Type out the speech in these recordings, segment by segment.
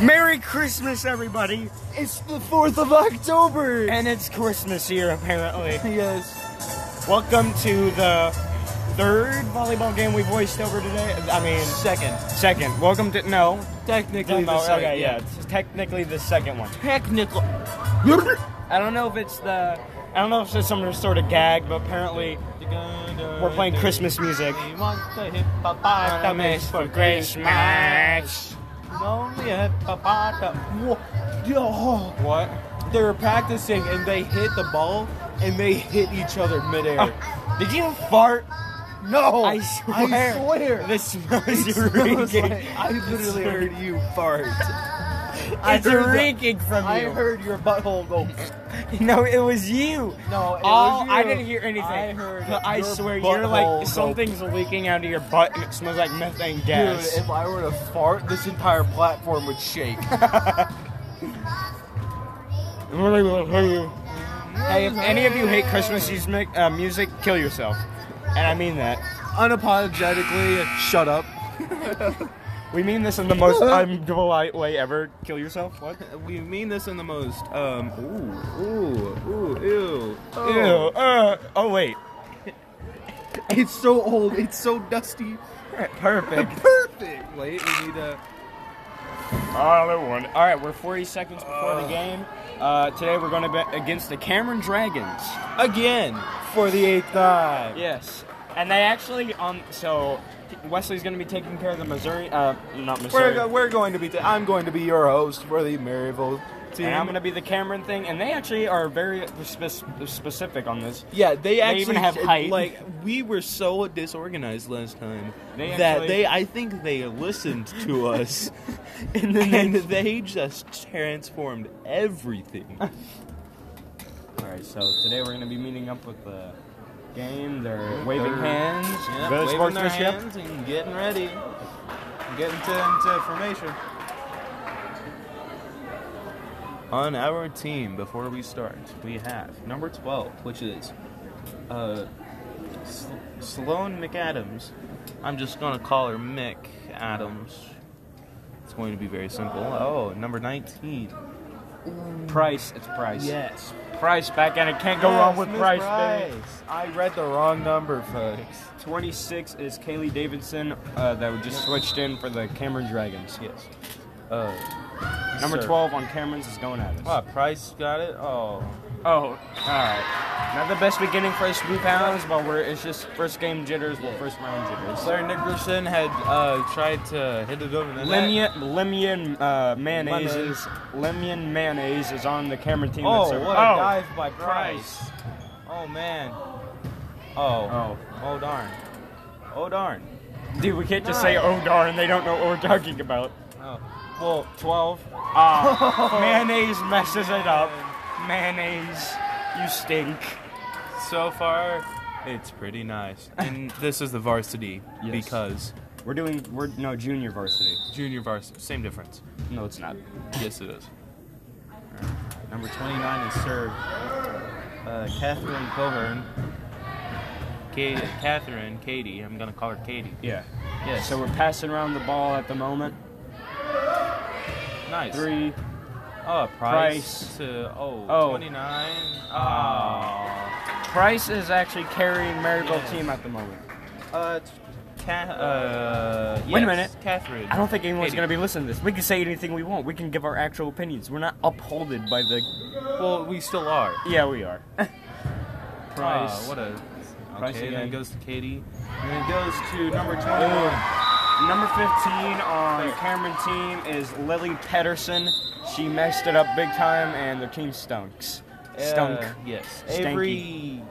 Merry Christmas, everybody! It's the 4th of October! And it's Christmas here, apparently. yes. Welcome to the third volleyball game we voiced over today. I mean, Second. second. Welcome to no, no, Technically no, the second. okay, yeah. It's technically the second one. Technical. I don't know if it's the. I don't know if it's some sort of gag, but apparently we're playing Christmas music. We want the hippopotamus for Christmas. Only a hippopotamus. Yo, What? they were practicing and they hit the ball and they hit each other midair. Did you fart? no, Oh, I swear. I swear. This smells I was reeking. like, I literally heard you fart. I It's heard, the- reeking from I you. heard your butthole go. No, it was you. No, it Oh, was you. I didn't hear anything. I heard. But I your swear, you're butthole like go- something's leaking out of your butt, and it smells like methane Dude, gas. if I were to fart, this entire platform would shake. hey, if any of you hate Christmas music, uh, music, kill yourself. And I mean that. Unapologetically, shut up. We mean this in the most unpolite way ever. Kill yourself. What? We mean this in the most. Um, ooh, ooh, ooh, ew, Ew. Uh, oh wait. It's so old. It's so dusty. Perfect. Perfect. Wait, we need a. All at one. All right, we're 40 seconds before the game. Uh, today we're going to be against the Cameron Dragons. Again for the eighth time. Yes, and they actually um. So Wesley's gonna be taking care of the Missouri. Uh, not We're, Missouri. go- we're going to be. i I'm going to be your host for the Maryville team. and I'm gonna be the Cameron thing, and they actually are very spe- specific on this. Yeah, they actually even have height. Like we were so disorganized last time They that actually- they, I think they listened to us, and then And- they just transformed everything. All right, so today we're gonna be meeting up with the game. They're waving They're- hands, Yep, good waving their sportsmanship. hands and getting ready, getting to, into formation. On our team, before we start, we have number 12, which is uh, S- Sloane McAdams. I'm just going to call her Mick Adams. It's going to be very simple. Oh, number 19. Price, it's Price. Yes. Price back at it. Can't go wrong with Price, baby. I read the wrong number, folks. 26 is Kaylee Davidson uh, that we just switched in for the Cameron Dragons. Yes. Uh, Number sir. 12 on Cameron's is going at us. Wow, Price got it. Oh, Oh, alright. Not the best beginning for us new pounds, but we're it's just first game jitters, well first round jitters. Blair Nickerson had uh, tried to hit it over the net. Lemon, lemon uh, mayonnaise, Mayonnaise. is lemon mayonnaise is on the camera team. Oh, that's what a over- dive by Price! Oh man. Oh. Oh, Oh darn. Oh darn. dude, we can't just say Nice. oh darn, they don't know what we're talking about. Oh. Well, twelve. Ah, mayonnaise messes it up. Oh. Mayonnaise, you stink. So far, it's pretty nice. And this is the varsity Yes. because We're doing we're no junior varsity. junior varsity, same difference. No, it's not. Yes, it is. Number 29 is served. Uh, Catherine Coburn. Ka- Catherine, Katie. I'm gonna call her Katie. Yeah. Yes. So we're passing around the ball at the moment. nice. Three. Oh, price, Price. to oh, Oh. 29. Oh. Price is actually carrying Maryville Yes. team at the moment. Uh, t- ca- uh, Wait a yes, minute. Catherine. I don't think anyone's Katie. going to be listening to this. We can say anything we want. We can give our actual opinions. We're not upholded by the. Well, we still are. Yeah, we are. Price. Price. what a. Price okay, then again. it goes to Katie. And it goes to number 21. Number 15 on Cameron team is Lily Pedersen. She messed it up big time, and their team stunks. Stunk. Uh, yes. Stanky. Avery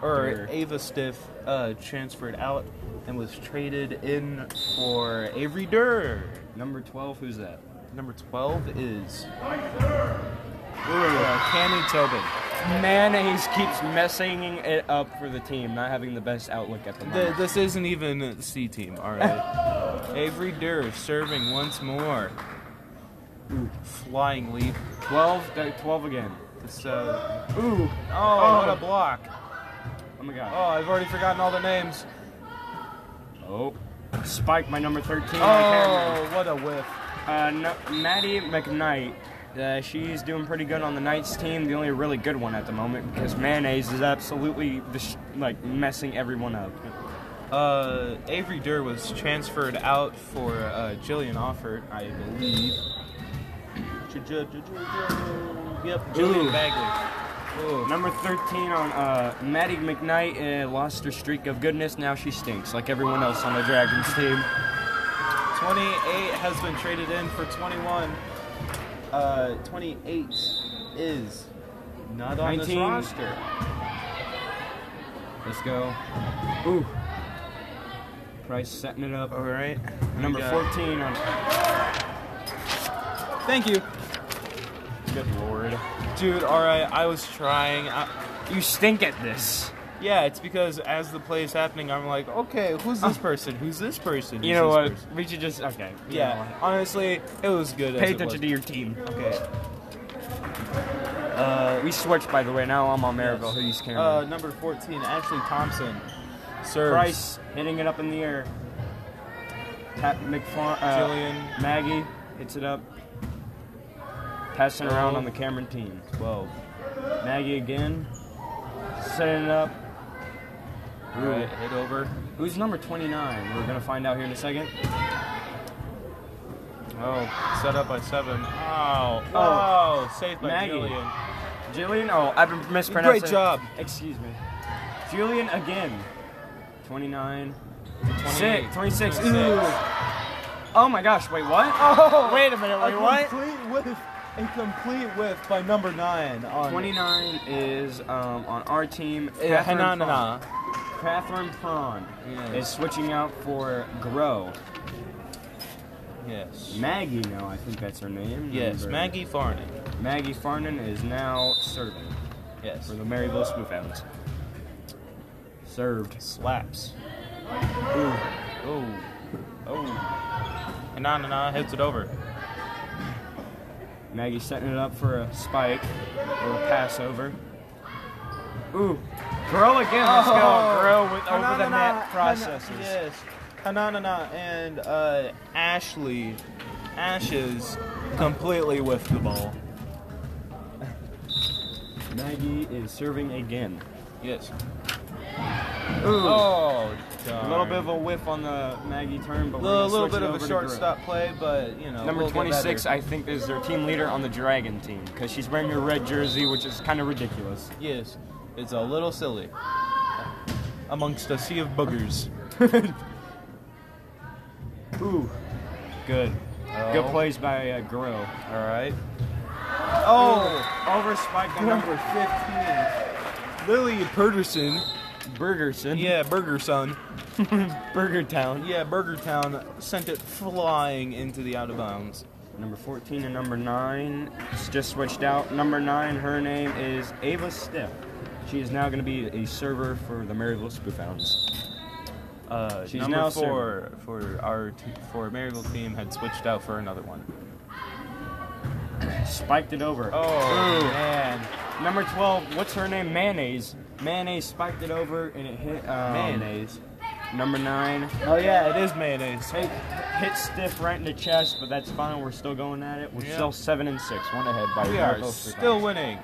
or Or- Ava Stiff uh, transferred out and was traded in for Avery Durr. Number 12, who's that? Number 12 is uh, Cammy Tobin. Mayonnaise keeps messing it up for the team, not having the best outlook at the Th- moment. this isn't even a C team, all right. Avery Durr serving once more. Ooh, flying leap. 12, uh, 12 again. So, Ooh. oh, what a block! Oh my Oh, god. I've already forgotten all the names. Oh. Spike, my number 13 on Cameron. Oh, what a whiff! Uh, no, Maddie McKnight. Uh, she's doing pretty good on the Knights team. The only really good one at the moment because mayonnaise is absolutely dis- like messing everyone up. Uh, Avery Durr was transferred out for uh, Jillian Offert, I believe. Yep, Jillian Ooh. Bagley. Ooh. Number 13 on uh, Maddie McKnight uh, lost her streak of goodness. Now she stinks like everyone else on the Dragons team. 28 has been traded in for 21. Uh, 28 is not on this 19. roster. Let's go. Ooh. Price setting it up. All right. Number 14 on. Thank you. Good lord. Dude, all right. I was trying. I, You stink at this. yeah, it's because as the play is happening, I'm like, okay, who's this person? Who's this person? Uh, You Who's know this what? person? We should just. Okay. you know Yeah, what? honestly, it was good. as Pay it attention to was. your team. Okay. We switched, by the way. Now I'm on Maribel. Who's Uh, camera? number 14, Ashley Thompson. Serves. Price hitting it up in the air. Tap McFarlane. Uh, Jillian. Maggie hits it up. Passing around on the Cameron team. 12. Maggie again. Setting it up. All right, hit over. Who's number 29? We're going to find out here in a second. Oh. Set up by seven. Ow. Oh. Wow. Saved by Maggie. Jillian. Jillian? Oh, I've been mispronouncing. Great job. Excuse me. Julian again. 29. 28. 26. 26. Ooh. 26. Oh my gosh, wait, what? Oh! Wait a minute, wait, a what? complete whiff. A complete whiff by number nine on. 29 is um, on our team. Yeah, Catherine nah, nah, Prawn. nah. Catherine Prawn Yeah. is switching out for Grow. Yes. Maggie now, I think that's her name. Yes. Remember. Maggie Farnan. Maggie Farnan is now serving Yes. for the Maryville Spoofhounds. Served. Slaps. Ooh. Oh. Oh. And nah, nah, nah. Hits it over. Maggie setting it up for a spike or a pass over. Ooh. Grow again. Oh. Let's go. Grow with over the net processes. Yes. Hananana and uh, Ashley, Ashes, completely with the ball. Maggie is serving again. Yes. Ooh. Oh, A little bit of a whiff on the Maggie turn, but a we're little, little gonna switch bit it of over a to short Grill. stop play, but you know. Number we'll get 26, better. I think, is their team leader on the Dragon team because she's wearing a red jersey, which is kind of ridiculous. yes, it's a little silly. Amongst a sea of boogers. Ooh, good, good Oh. plays by uh, Grill. All right. Oh, Over spike on number number fifteen, Lily Perderson. Burgerson. Yeah, Burger Son. Burger Town. Yeah, Burger Town sent it flying into the out of bounds. Number 14 and number nine it's just switched out. Number nine, her name is Ava Stiff. She is now going to be a server for the Maryville Spoofhounds. Uh, She's number now four for our t- for Maryville team had switched out for another one. Spiked it over. Ooh. man, Number 12, what's her name? Mayonnaise. Mayonnaise spiked it over and it hit um, mayonnaise. Number 9. Oh yeah, it is mayonnaise. Take, hit stiff right in the chest, but that's fine. We're still going at it. We're Yeah. still 7 and 6. One ahead by We Maryville are Spoofhounds. still winning.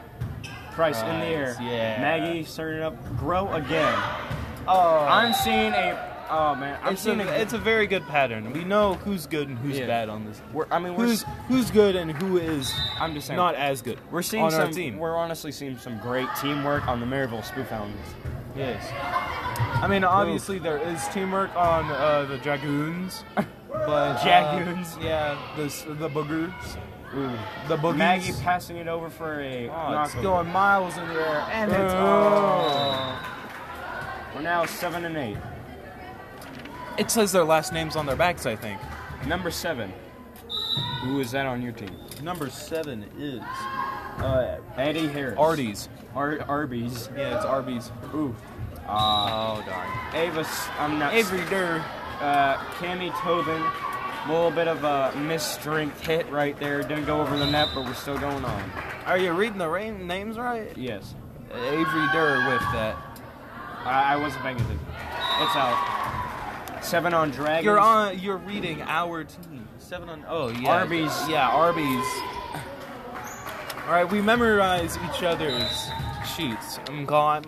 Price in the air. Price, yeah. Maggie starting up. Grow again. Oh, I'm seeing a. Oh man, I'm it's, seeing a, a. it's a very good pattern. We know who's good and who's Yeah. bad on this. we're, I mean, we're. Who's s- who's good and who is I'm just saying. not as good. we're seeing on some. our team. We're honestly seeing some great teamwork on the Maryville Spoofhounds. Yes. I mean, obviously there is teamwork on uh, the dragoons, but Dragoons. Uh, yeah, the s- the boogers, Ooh. the boogies. Maggie passing it over for a Oh, it's knockover. going miles in the air, uh, and it's Oh. We're now seven and eight. It says their last names on their backs, I think. Number seven. Who is that on your team? Number seven is uh, Eddie Harris. Arby's. Ar- Arby's. Yeah, it's Arby's. Ooh. Oh darn. Ava. S- I'm not. Avery Durr. Uh, Cammy Tobin, a little bit of a misstrength hit right there. Didn't go over the net, but we're still going on. Are you reading the rain names right? Yes, Avery Durr with that. I, I wasn't paying attention. It's out. Seven on Dragons. You're on. You're reading our team. Seven on. Oh yeah. Arby's. Yeah, Arby's. All right, we memorize each other's sheets. I'm gone.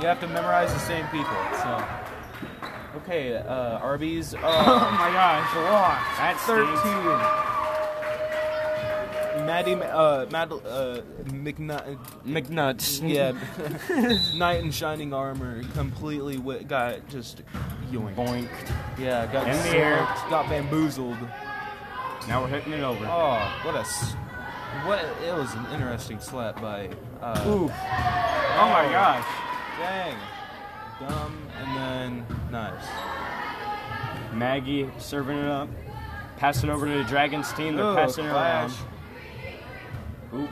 You have to memorize the same people. So. Okay, uh, Arby's. Oh Uh, my gosh, a lot. That's thirteen. Thirteen. Maddie, Ma- uh, Mad, uh, McNutt, McNuts. yeah, Knight in Shining Armor completely wi- got just yoinked. Boinked. Yeah, got In the air. smoked, got bamboozled. Now we're hitting it over. Oh, what a, s- what a- it was an interesting slap by, uh, Ooh. Oh my gosh. dang, dumb, and then nice. Maggie serving it up. Passing over to the Dragons team. They're Ooh, passing it around. clash. Ooh.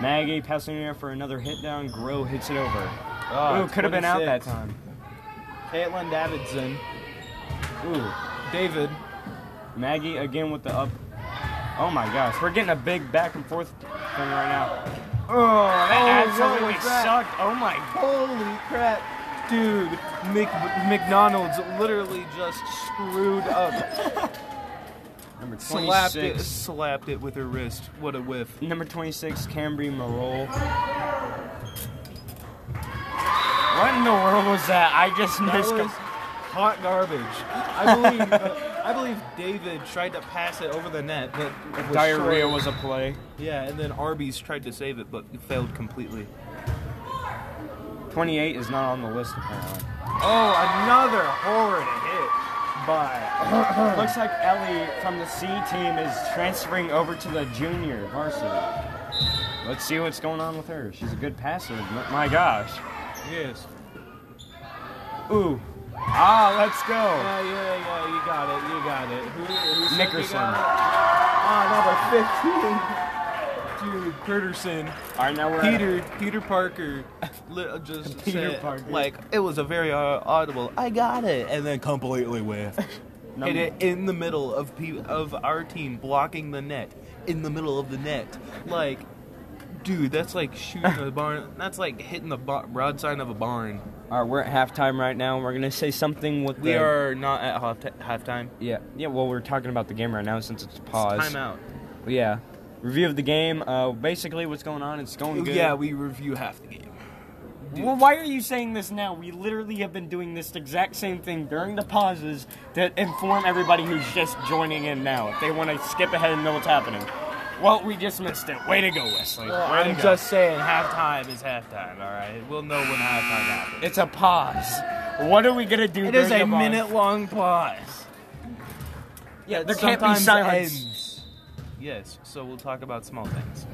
Maggie passing it around for another hit down. Grow hits it over. Oh, Ooh, could have been out that 26. time. Caitlin Davidson, Ooh. David, Maggie again with the up. Oh my gosh, we're getting a big back and forth thing right now. oh, That what absolutely was that? sucked. Oh my. Holy crap, dude! Mc- McDonald's literally just screwed up. Number Slapped it, 26. slapped it with her wrist. What a whiff! Number 26, Cambry Marole. What in the world was that? I just That was missed. com- hot garbage. I believe, uh, I believe David tried to pass it over the net, but it was Diarrhea short. was a play. Yeah, and then Arby's tried to save it, but failed completely. 28 is not on the list apparently. Oh, another horrid hit by. But looks like Ellie from the C team is transferring over to the junior varsity. Let's see what's going on with her. She's a good passer. but My gosh. Yes. Ooh. Ah, let's go. Yeah, yeah, yeah. You got it. You got it. Who, who said Nickerson. we got it? Ah, number fifteen. Dude, Curterson. All right, now we're at- Peter. Peter Parker. li- uh, Just Peter said, Parker. Like it was a very uh, audible. I got it, and then completely whiffed. Num- Hit it in the middle of pe- of our team blocking the net. In the middle of the net, like. Dude, that's like shooting a barn. That's like hitting the bo- broadside of a barn. All right, we're at halftime right now, and we're gonna say something with We the- are not at half t- halftime. Yeah, yeah. Well, we're talking about the game right now since it's paused. Timeout. Yeah. Review of the game. Uh, basically, what's going on? It's going good. Yeah, we review half the game. Well, why are you saying this now? We literally have been doing this exact same thing during the pauses to inform everybody who's just joining in now if they want to skip ahead and know what's happening. Well, we just missed it. Way to go, Wesley. Way to I'm go. just saying, halftime is halftime. All right, we'll know when halftime happens. It's a pause. What are we gonna do? during the pause? long pause. Yeah, there That can't be sometimes silence. ends. Yes, so we'll talk about small things.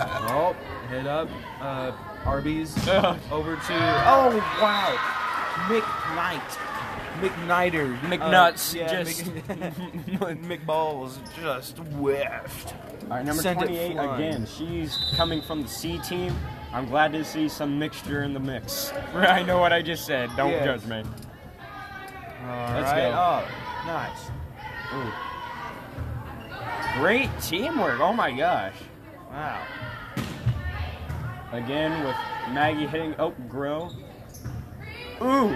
Uh, Well, hit up uh, Arby's Ugh. over to oh wow, McKnight, McKnighter, McNuts, uh, yeah, just- Mc- McBalls just whiffed. All right, number Send it 28 flying. again. She's coming from the C team. I'm glad to see some mixture in the mix. I know what I just said. Don't Yes. judge me. Let's right. go. Oh, nice. Ooh. Great teamwork. Oh my gosh. Wow. Again with Maggie hitting. Oh, Grow. Ooh.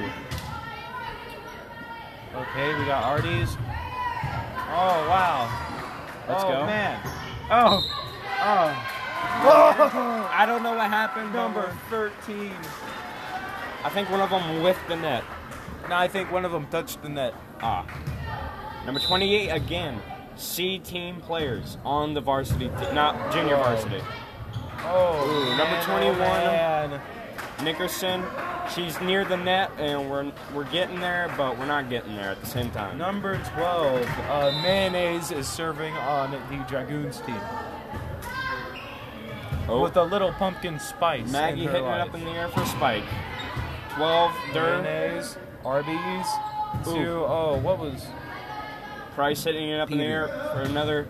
Okay, we got Artie's. Oh wow. Let's oh, go. man. Oh. Oh. I don't know what happened. Number Number. 13. I think one of them whiffed the net. No, I think one of them touched the net. Ah. Number 28 again. C team players on the varsity, t- not junior Whoa. varsity. Oh, Ooh, number 21. Nickerson, she's near the net, and we're we're getting there, but we're not getting there at the same time. Number 12. Uh, Mayonnaise is serving on the Dragoons team Oh. with a little pumpkin spice. Maggie in her hitting it life. up in the air for Spike. 12, Durr. Mayonnaise, Arby's. Ooh. To, oh, what was? Price hitting it up in the air Peter. for another.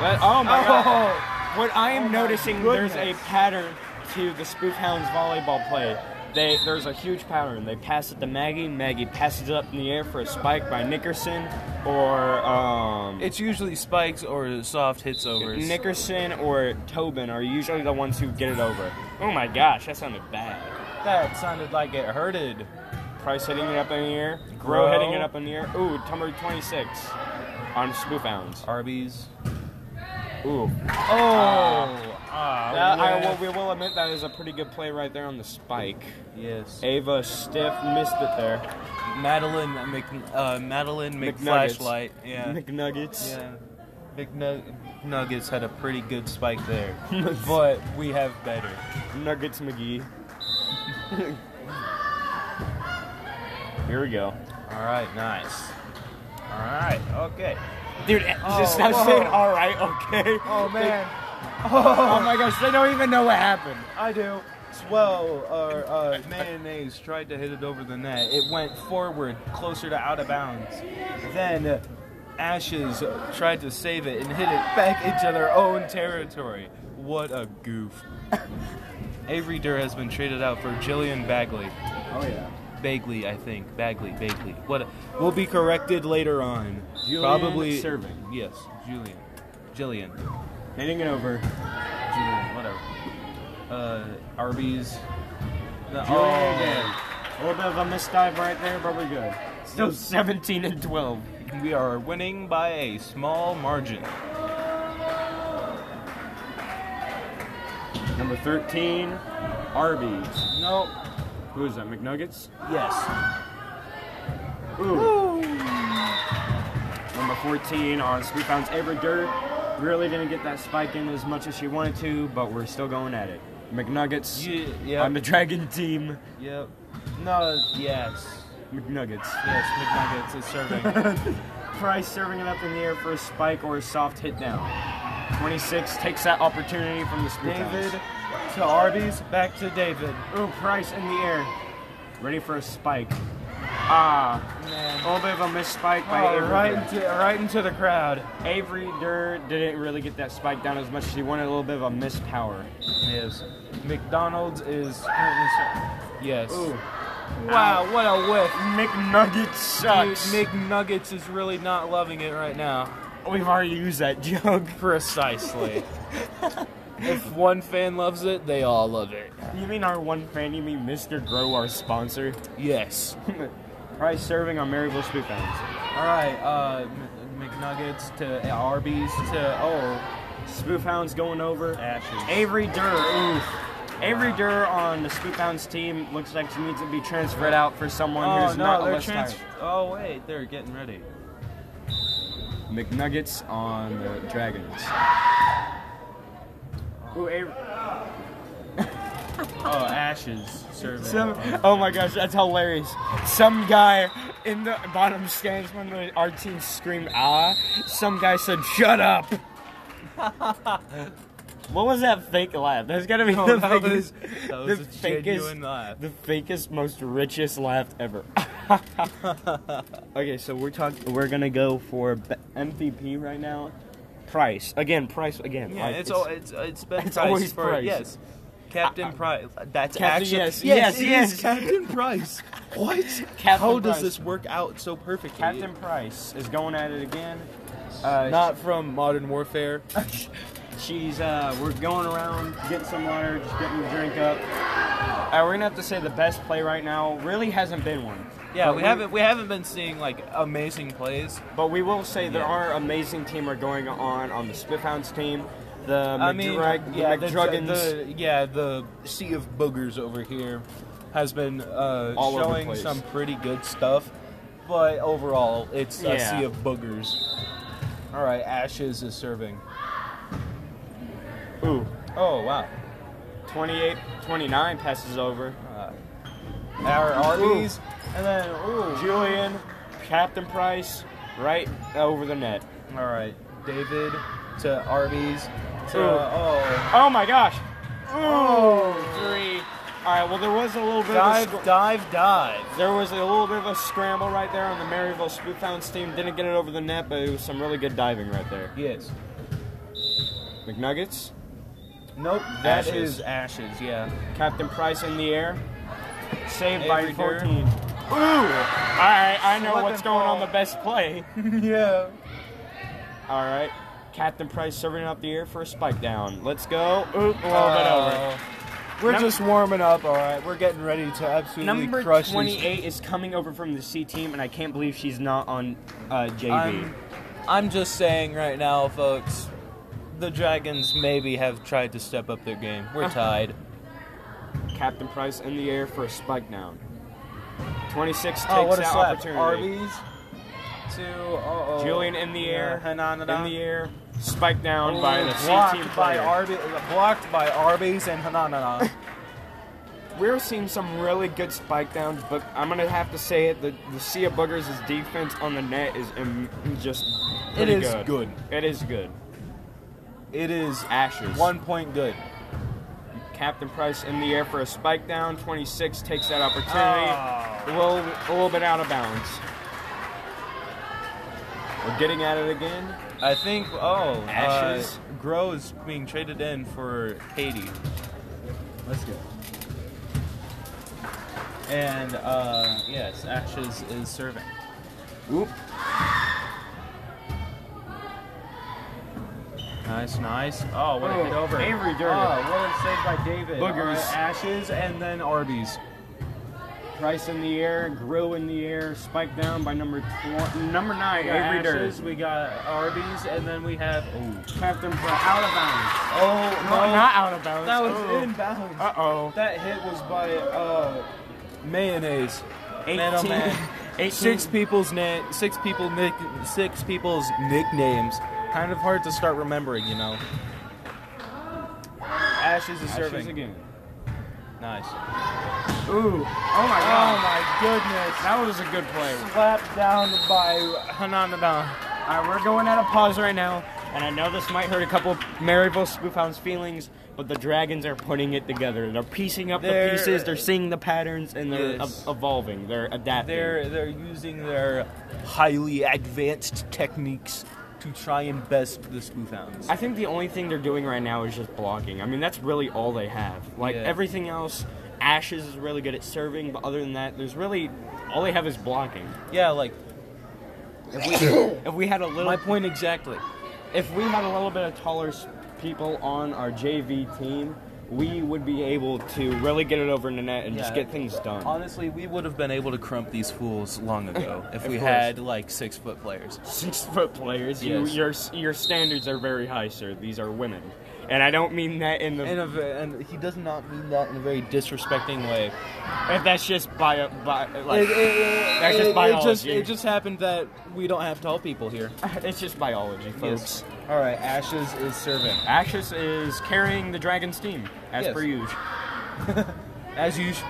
That- oh my god. Oh, What I am Oh my noticing, there's a goodness. pattern to the Spoof Hounds volleyball play. They, there's a huge pattern. They pass it to Maggie. Maggie passes it up in the air for a spike by Nickerson or um, it's usually spikes or soft hits overs. Nickerson or Tobin are usually the ones who get it over. Oh my gosh, that sounded bad. that sounded like it hurted. Price hitting it up in the air. Grow hitting Grow. it up in the air. Ooh, number 26. on Spoof Hounds. Arby's. Ooh. Oh, Ah, That- I will, we will admit that is a pretty good play right there on the spike. yes. Ava Stiff missed it there. Madeline Mc, uh, Madeline McNuggets. McFlashlight. Yeah. McNuggets. yeah. McNuggets had a pretty good spike there, but we have better. Nuggets McGee. Here we go. All right, nice. All right, okay. Dude, just Oh, stop whoa. Oh, saying alright, okay? Oh my gosh, they don't even know what happened. I do. Swell or uh, mayonnaise tried to hit it over the net. It went forward, closer to out of bounds. Then uh, Ashes uh, tried to save it and hit it back into their own territory. What a goof! Avery Durr has been traded out for Jillian Bagley. Oh yeah. Bagley, I think. Bagley, Bagley. What? We'll be corrected later on. Julian Probably Serving. Yes, Julian. Jillian. Hitting it over. Julian, whatever. Uh, Arby's. The- Julian oh, again. A little bit of a misdive right there, but we're good. Still 17 and 12. We are winning by a small margin. Number 13, Arby's. No. Who is that, McNuggets? Yes. Ooh. Number 14 on Sweet Pounds Avery Dirt. Really didn't get that spike in as much as she wanted to, but we're still going at it. McNuggets Yeah, yeah. on the Dragon Team. Yep. No. Yes. McNuggets. Yes. McNuggets is serving. Price serving it up in the air for a spike or a soft hit down. 26 takes that opportunity from the Sweet David to Arby's. Back to David. Ooh, Price in the air. Ready for a spike. Ah, a Man. little bit of a missed spike by Oh, Avery. right Durr. into right into the crowd. Avery Durr didn't really get that spike down as much as he wanted. A little bit of a missed power. Yes. McDonald's is currently ser- Yes. Ooh. Wow. What a whiff. McNugget Dude, sucks. McNuggets is really not loving it right now. We've already used that joke. Precisely. if one fan loves it, they all love it. You mean our one fan? You mean Mr. Grow, our sponsor? Yes. Price serving on Maryville Spook Hounds. All right. Uh, M- McNuggets to Arby's to oh Spoof Hounds going over. Ashes. Avery Durr, oof. Avery Durr on the Spook Hounds team looks like she needs to be transferred out for someone Oh who's not no, they're less trans. tired. Oh wait, they're getting ready. McNuggets on the Dragons. Ooh, Avery. Oh, Ashes serving. Some, oh my gosh, that's hilarious. Some guy in the bottom stands when the, our team screamed, ah, some guy said, shut up. what was that fake laugh? That's gotta be Oh, the that fakest, was- that was the a fakest- genuine laugh. The fakest, most richest laugh ever. okay, so we're talking, we're gonna go for b- MVP right now. Price. Again, price again. Yeah, Like, it's all it's it's been it's Price always for Price. yes. Captain Price. That's Captain- actually yes, yes, it is yes. Captain Price. What? How does Price. this work out so perfectly? Captain Price is going at it again. Uh, Not from Modern Warfare. She's, uh, we're going around, getting some water, just getting a drink up. Uh, we're gonna have to say the best play right now really hasn't been one. Yeah, But we haven't we haven't been seeing like amazing plays. But we will say there Yeah. are amazing team are going on on the Spiffhounds team, the I mean, McDrug- yeah, the, McDruggins. the- yeah, the sea of boogers over here has been uh, All over the showing place. some pretty good stuff, but overall, it's a Yeah. sea of boogers. All right, Ashes is serving. ooh, Oh wow, 28, 29 passes over. our Arby's, and then ooh. Julian, Captain Price, right over the net. All right, David to Arby's to Ooh. oh Oh my gosh! Ooh, three. All right, well there was a little bit of a dive, sc- dive, dive. There was a little bit of a scramble right there on the Maryville Spookhounds team. Didn't get it over the net, but it was some really good diving right there. Yes. McNuggets, Nope, that is Ashes. ashes, yeah. Captain Price in the air, saved Avery by Durr. 14. Ooh! All right, I know Slip what's and going on fall. the best play. yeah. All right, Captain Price serving up the air for a spike down. Let's go. Oop, a little bit over. Uh, We're Num- just warming up, all right. We're getting ready to absolutely Number crush these- 28 is coming over from the C team, and I can't believe she's not on uh, JV. I'm I'm just saying right now, folks, the Dragons maybe have tried to step up their game. We're tied. Captain Price in the air for a spike down. 26 takes Oh, what a that slap. opportunity. Arby's to uh-oh. Julian in the air, in Hananada. the air, spike down Ooh, by the C team Oh, blocked by player. Arby, blocked by Arby's and Hananana. We're seeing some really good spike downs, but I'm gonna have to say it: the the Sea of Boogers' defense on the net is um, just pretty is good. good. It is good. it is Ashes. one point good. Captain Price in the air for a spike down. 26 takes that Oh. opportunity. A, little, a little bit out of bounds. We're getting at it again. I think. Oh, Ashes. Uh, Groves being traded in for Haiti, Let's go. and uh, yes, Ashes is serving. Oop. Nice, nice. Oh, what a Oh, hit over. Avery Durden. Oh, Ah, what a save by David. Boogers. Uh, Ashes and then Arby's. Price in the air, Grill in the air, spike down by number tw- number nine, We got Avery Ashes, Durden. we got Arby's, and then we have. Oh, Captain Price out of bounds. oh No, not out of bounds. That was inbound. Uh oh. That hit was by uh, mayonnaise. Man, oh, 18. man. 18. Six people's name. Six people. Nick. Six people's nicknames. Kind of hard to start remembering, you know. Ashes is Ashes serving. again. Nice. Ooh. Oh my god. my goodness! that was a good play. Slapped down by Hananada. All right, we're going at a pause right now, and I know this might hurt a couple of Maryville Spoofhound's feelings, but the Dragons are putting it together. They're piecing up They're- the pieces, they're seeing the patterns, and they're Yes. ev- evolving, they're adapting. They're they're using their highly advanced techniques to try and best the spoofhounds. I think the only thing they're doing right now is just blocking. I mean, that's really all they have. Like, Yeah. everything else, Ashes is really good at serving, but other than that, there's really, all they have is blocking. Yeah, like If we had a little my point exactly. If we had a little bit of taller s- people on our JV team, we would be able to really get it over the net and just Yeah. get things done. Honestly, we would have been able to crump these fools long ago if Of we course. had like six foot players. Six foot players, you, Yes. your s- your standards are very high, sir. These are women, and I don't mean that in the. And, of, and he does not mean that in a very disrespecting way. if that's just by by like, It- it- it- it- That's just it just, biology. it just happened that we don't have tall people here. it's just biology, Yes. folks. All right, Ashes is serving. Ashes is carrying the Dragons team as Yes. per usual. As usual.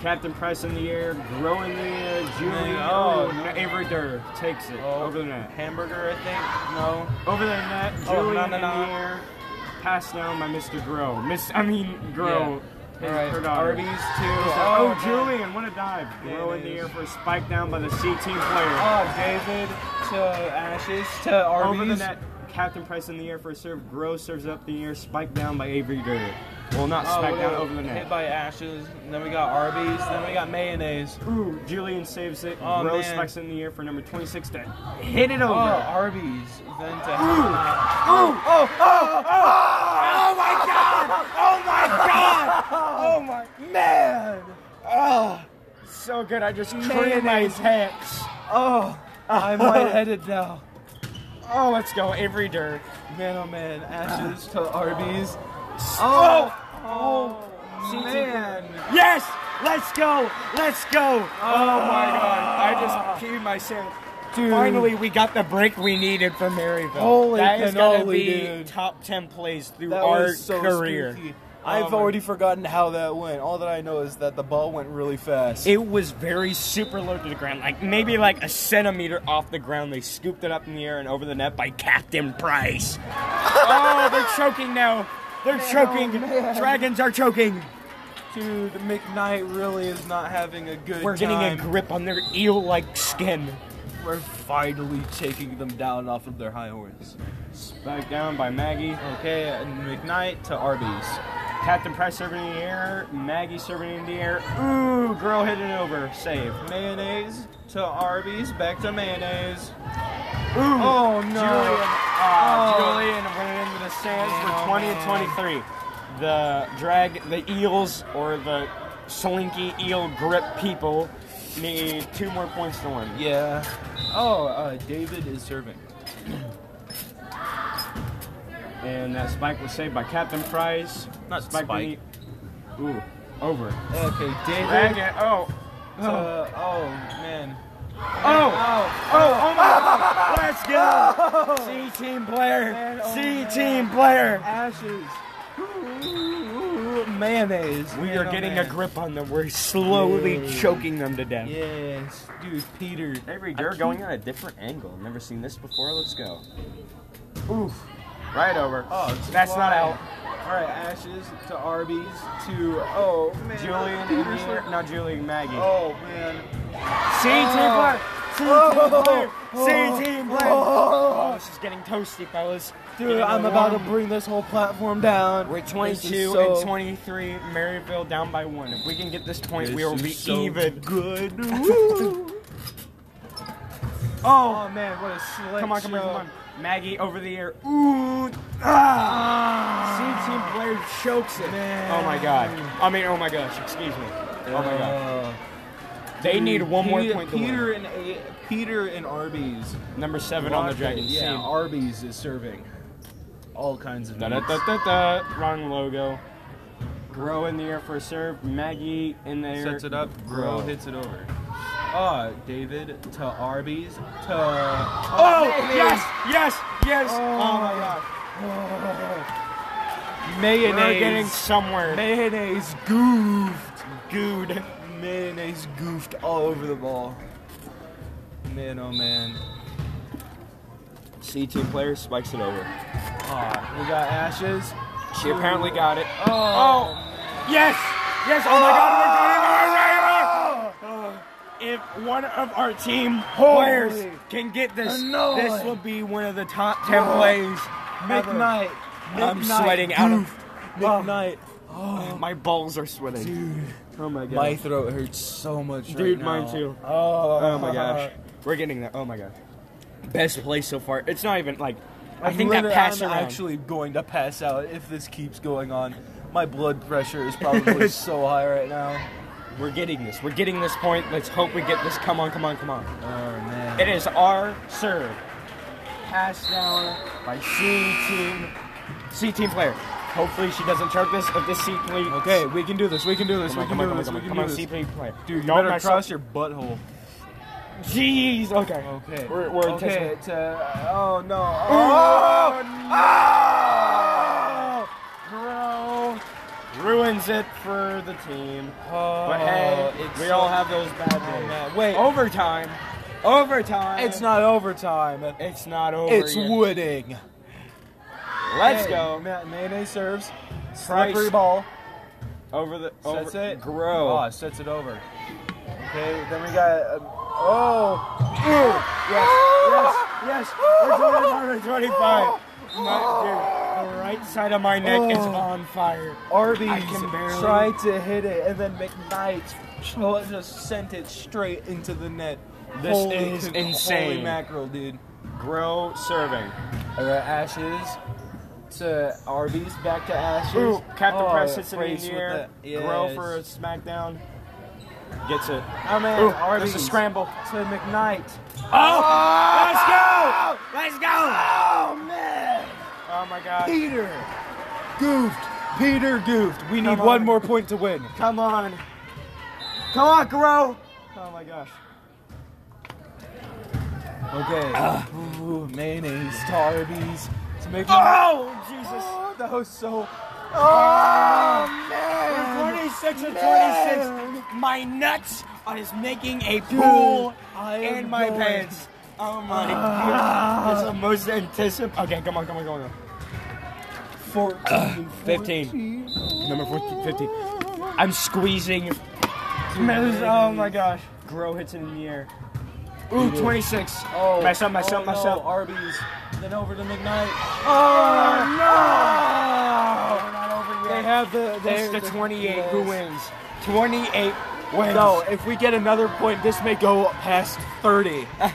Captain Price in the air, Grow in the air, Julie. oh, Oh, no, Avery Durr takes it over the net. Hamburger, I think. No. Over the net, Oh, Julian no, in no, the no. air, passed down by Mr. Grow. Miss, I mean Grow. All his- right, her daughter. Arby's too. Oh, man. Julian, what a dive! Grow in the air for a spike down by the C team player. Oh, David to Ashes to Arby's. Over the net, Captain Price in the air for a serve. Grow serves up the air, spike down by Avery Durr. Well, not Oh, spike down whatever. over the Hit net. by Ashes. and Then we got Arby's. Then we got mayonnaise. Ooh, Julian saves it. Oh, Grow man. spikes in the air for number 26 to hit it Oh, over. Arby's. Then to. Ooh, Oh, oh, Oh my god! Oh my god! Oh my man! Oh, So good, I just Mayonnaise. creamed my hips. oh, I'm lightheaded now. Oh, let's go, Avery Durr. Man, oh man, Ashes to Arby's. Oh! oh, CT. man. Yes! Let's go! Let's go! Oh, my god, I Ah. just peed myself. Dude. Finally, we got the break we needed from Maryville. Holy That is gonna cannoli, be dude. top 10 plays through That our was so career. spooky. Oh I've my- already forgotten how that went. All that I know is that the ball went really fast. It was very super low to the ground, like maybe like a centimeter off the ground. They scooped it up in the air and over the net by Captain Price. oh, they're choking now. They're choking. man. Dragons are choking. Dude, McKnight really is not having a good We're getting a time. grip on their eel-like skin. We're finally taking them down off of their high horse. Back down by Maggie. Okay, and McKnight to Arby's. Captain Price serving in the air. Maggie serving in the air. Ooh, girl hit it over. Save. Mayonnaise to Arby's, back to mayonnaise. Ooh. Oh no! Julian. Ah, Oh. Julian went into the stands Oh, for 20 and man. 23. The drag, the Eels, or the slinky eel grip people need two more points to win. Yeah. Oh, uh, David is serving. and that spike was saved by Captain Price. Not Beneath- Ooh, over. Okay, Drag David. it. Oh. Oh. Uh, oh man. Oh. Oh. Oh my God. Let's go. C team player. Oh. Man, oh, C man. team player. Ashes. Mayonnaise. We Man, are oh, getting a man. grip on them. We're slowly Yay. choking them to death. Yes, dude, Peter. Avery, I you're keep- going at a different angle. I've never seen this before. Let's go. Oof. Right over. Oh, it's That's not wide. out. All right, Ashes to Arby's to oh man. Julian, Peter Indiana- Slur- no, Julian, Maggie. Oh man. C team player. C Oh. team player. C team player. Oh. Oh, this is getting toasty, fellas. Dude, Getting I'm about to warm. bring this whole platform down. We're This is 22 so- and 23. Maryville down by one. If we can get this point, we This will is be so even. Good. Oh, oh man, what a slick come on, come on, show. come on. Maggie over the air. Ooh, ah! C team player chokes it. Man. Oh my god. I mean, oh my gosh. Excuse me. Oh my god. They need one more Uh, Peter, point to Peter win. and a, Peter and Arby's. Number seven on the Dragons Yeah, team. Arby's is serving all kinds of. Da, da, meats. da, da, da. Wrong logo. Grow in the air for a serve. Maggie in the air. Sets it up. Bro Grow. hits it over. Uh, David to Arby's to. Oh, Oh, yes, yes, yes. Oh, my god. Mayonnaise. We're getting somewhere. mayonnaise goofed. Dude. Mayonnaise goofed all over the ball. Man, oh man. C team player spikes it over. Ah, we got ashes. She apparently got it. Oh. Oh, yes, yes. Oh my God, we're doing it right away. If one of our team players can get this, Annoying. this will be one of the top ten plays. ever. Midnight. Oh. I'm Midnight sweating out of- goofed. Midnight. My balls are sweating. oh my God. My throat hurts so much right Dude, mine now. too. Oh, oh my gosh. We're getting there. Oh my God. Best play so far. It's not even like. I think that Literally, pass I'm around. actually going to pass out if this keeps going on. My blood pressure is probably so high right now. We're getting this. We're getting this point. Let's hope we get this. Come on, come on, come on. Oh man. It is our serve. Pass down by C team. C team player. Hopefully she doesn't choke this. If this C team. Okay, we can do this. We can do this. Come on, we can do come on, come on, this. come We on, can come do on, this. C team player. Dude, you Don't better mess cross up. your butthole. Jeez. Okay. Okay. We're, we're okay. anticipating- It's, uh, oh no. Oh, Oh! Bro ruins it for the team. Oh, But hey, it's we so- all have Oh, those bad days. man. Wait. Overtime. Overtime. It's not overtime. It's not over. It's yet. Wooding. Let's Hey, go. Ma- mayonnaise serves. Price. Slippery ball. Over the. Over, Sets it. Grow. Oh, sets it over. Okay, then we got. Uh, oh. Yes, yes, yes. We're doing it under 25. My, dude, the right side of my neck is Oh. on fire. Arby's I can barely- tried to hit it, and then McKnight cho- just sent it straight into the net. This is con- Holy insane. mackerel, dude. Grow serving. All uh, right, Ashes to Arby's, back to Ashes. Ooh, Captain Oh, Press hits it in Price the with air. the- Grow yes. for a smackdown. Gets it. Oh man, Ooh, Arby's there's a scramble. to McKnight. Oh, let's go! Let's go! Oh man, Oh my God! Peter goofed. Peter goofed. We need Come one on. more point to win. Come on! Come on, Grow! Oh my gosh! Okay. Ooh, mayonnaise to Arby's to McKnight. Oh Jesus! Oh, that was so. Oh, man. 26 and 26. Man. My nuts is making a pool I am in my going- Ah. pants. Oh my god. This is the most anticipated. Okay, come on, come on, come on. 14, 15. Number 14, 15. I'm squeezing. Oh my gosh. Grow hits it in the air. Ooh, 26. Oh, mess up, mess oh, up, no, mess up. Arby's, then over to McKnight. Oh, no! They have the. It's the 28 who wins. 28 wins. No, if we get another point, this may go past 30. All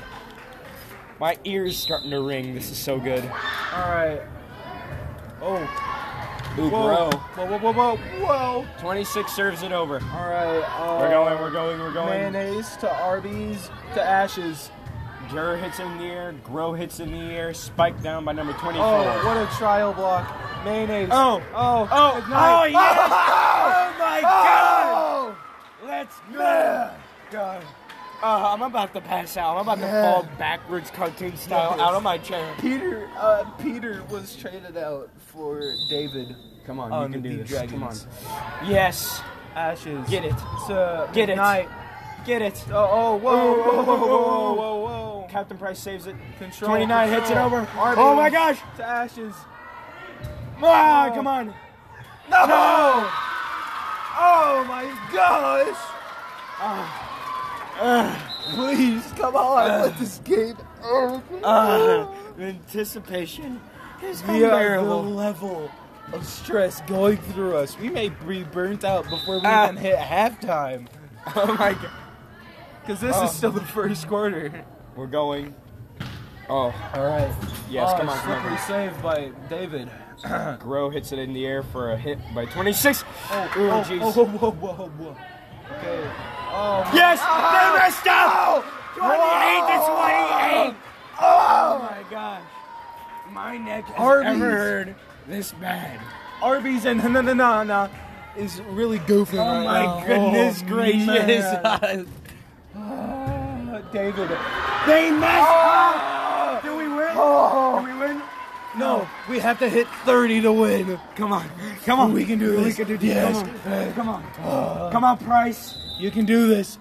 My ears starting to ring. This is so good. right. Oh, Ooh, whoa. bro. Whoa, whoa, whoa, whoa, whoa. 26 serves it over. Oh. All right. Uh, We're going, we're going, we're going. Mayonnaise to Arby's to Ashes. Jur hits in the air, Grow hits in the air, spiked down by number 24. Oh, what a trial block. Mayonnaise. Oh. Oh. Oh, Good oh, night. yes! Oh, my God! Oh, Let's go! God. Uh, I'm about to pass out. I'm about Yeah. to fall backwards cartoon style Yes. out of my chair. Peter, uh, Peter was traded out for David. Come on, On you can the do this. Dragons. Come on. Yes. Ashes. Get it. To Get it. Night. Get it. Oh, oh, whoa, whoa, whoa, whoa, whoa, whoa. Captain Price saves it. Control, 29 control. hits it over. Arby's Oh my gosh. To ashes. Ah, Oh. come on. No! Oh my gosh! Ah. Please, come on, let this game open. Ah. Uh, anticipation is we are the unbearable. level of stress going through us. We may be burnt out before we Ah. even hit halftime. Ah. Oh my god. Because this Oh. is still the first quarter. We're going. Oh, Alright. yes, come on, come on. Ah, Slippery save by David. Grow hits it in the air for a hit by 26. Oh, Ooh, oh, jeez. oh, whoa, whoa, whoa, whoa. Okay. Oh, Yes! Ah! They messed up! 28 to 28! oh my gosh. My neck has Arby's. ever heard this bad. Arby's and na na na na is really goofing Oh right my now. goodness Oh, gracious. man. Ah, David. they messed Ah! up! Do we win? Oh. Do we win? No, we have to hit 30 to win. Come on. Come on. We can do We this. can do this. Yes. Uh. Come on. Come on. Come on, Price. You can do this.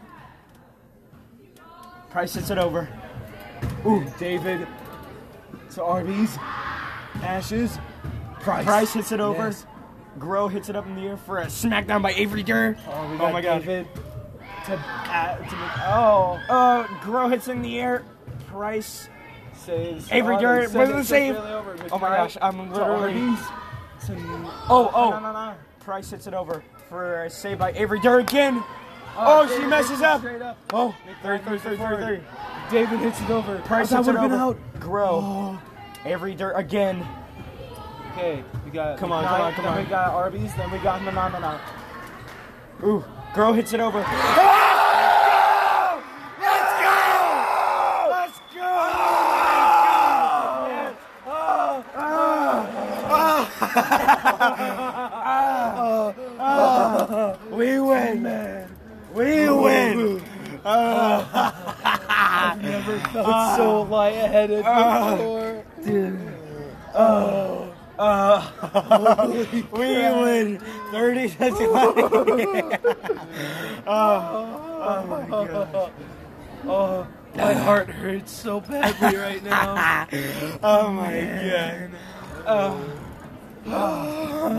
Price hits it over. Ooh, David. So Arby's, Ashes, Price. Price hits it over. Yes. Grow hits it up in the air for a smackdown by Avery Durr. Oh, we Oh, got my god. David to, uh, to make, oh, Uh, Grow hits in the air. Price. saves. Avery Arby's, Durr, sends was it it the to same? Bailey over. Oh my Right. gosh, I'm To literally- Arby's, to- Oh, oh. No, no, no. Price hits it over for a save by Avery Durr again. Oh, she David messes hits it up. Straight up. Oh, three, Third, three, three, third, third, three, three. David hits it over. Price I hits thought it would've over. been out. Oh. Grow. Avery Durr again. Okay, we got. Come on, come McKnight, on, come then on. we got Arby's. Then we got no, no, no, no. Ooh, Grow hits it over. Let's go! Let's go! Yes. We win, man. We win. Never Ah. felt so lightheaded before. We win. 30 to 20. Oh, my heart hurts so badly right now. Oh my god. Oh.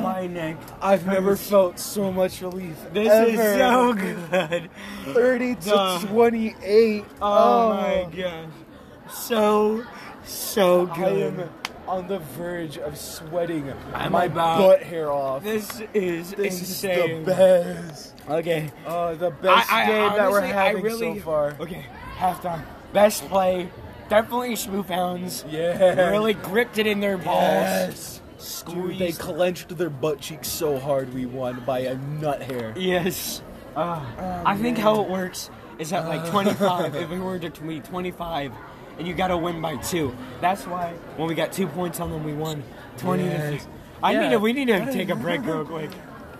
my neck. I've never felt so much relief. This is so ever. good. 30 to Duh. 28. Oh, Um, my gosh. So, so I good. am on the verge of sweating I'm my about- butt hair off. This is Uh, This is the insane. best. okay. Oh, the best I- I- game that we're honestly, I having really- so far. Okay. Halftime. Best play. Definitely Schmoo Pounds. Yeah. Really gripped it in their balls. Yes. Dude, Squeezed. they clenched their butt cheeks so hard we won by a nut hair. Yes. Ah. Oh, I think how it works is at Uh. like 25, if we were to tweet 25, and you gotta win by two. That's why when we got two points on them, we won 20 to Yes. 3. I need Yeah. to, we need to take a break real quick.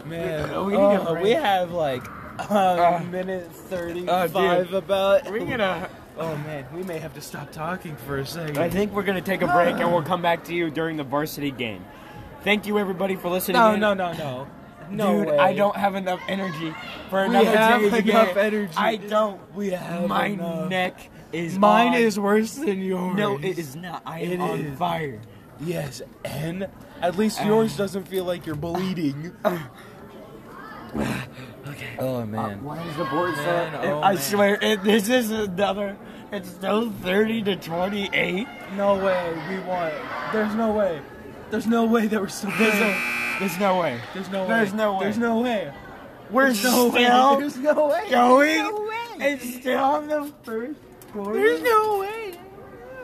Man, We- we we, need a break. we have like a minute 35 Ah. dude. about. We're gonna, Oh man, we may have to stop talking for a second. I think we're gonna take a break and we'll come back to you during the varsity game. Thank you everybody for listening. no, in. no, no, no. No Dude, way. I don't have enough energy for We another have Jays enough game. energy. I don't. We have My enough. neck is Mine on- is worse than yours. No, it is not. I am It on is. fire. Yes, and at least yours doesn't feel like you're bleeding. okay. Oh man. Why is the board so? Man, oh, I man. swear, it, this is another. It's still thirty to twenty-eight. Uh, No way, we won. There's no way. There's no way that we're still There's no, there's no way. There's no way. There's no way. There's no way. We're There's no way. still There's no way. going. There's no way. It's still on the first quarter. There's no way.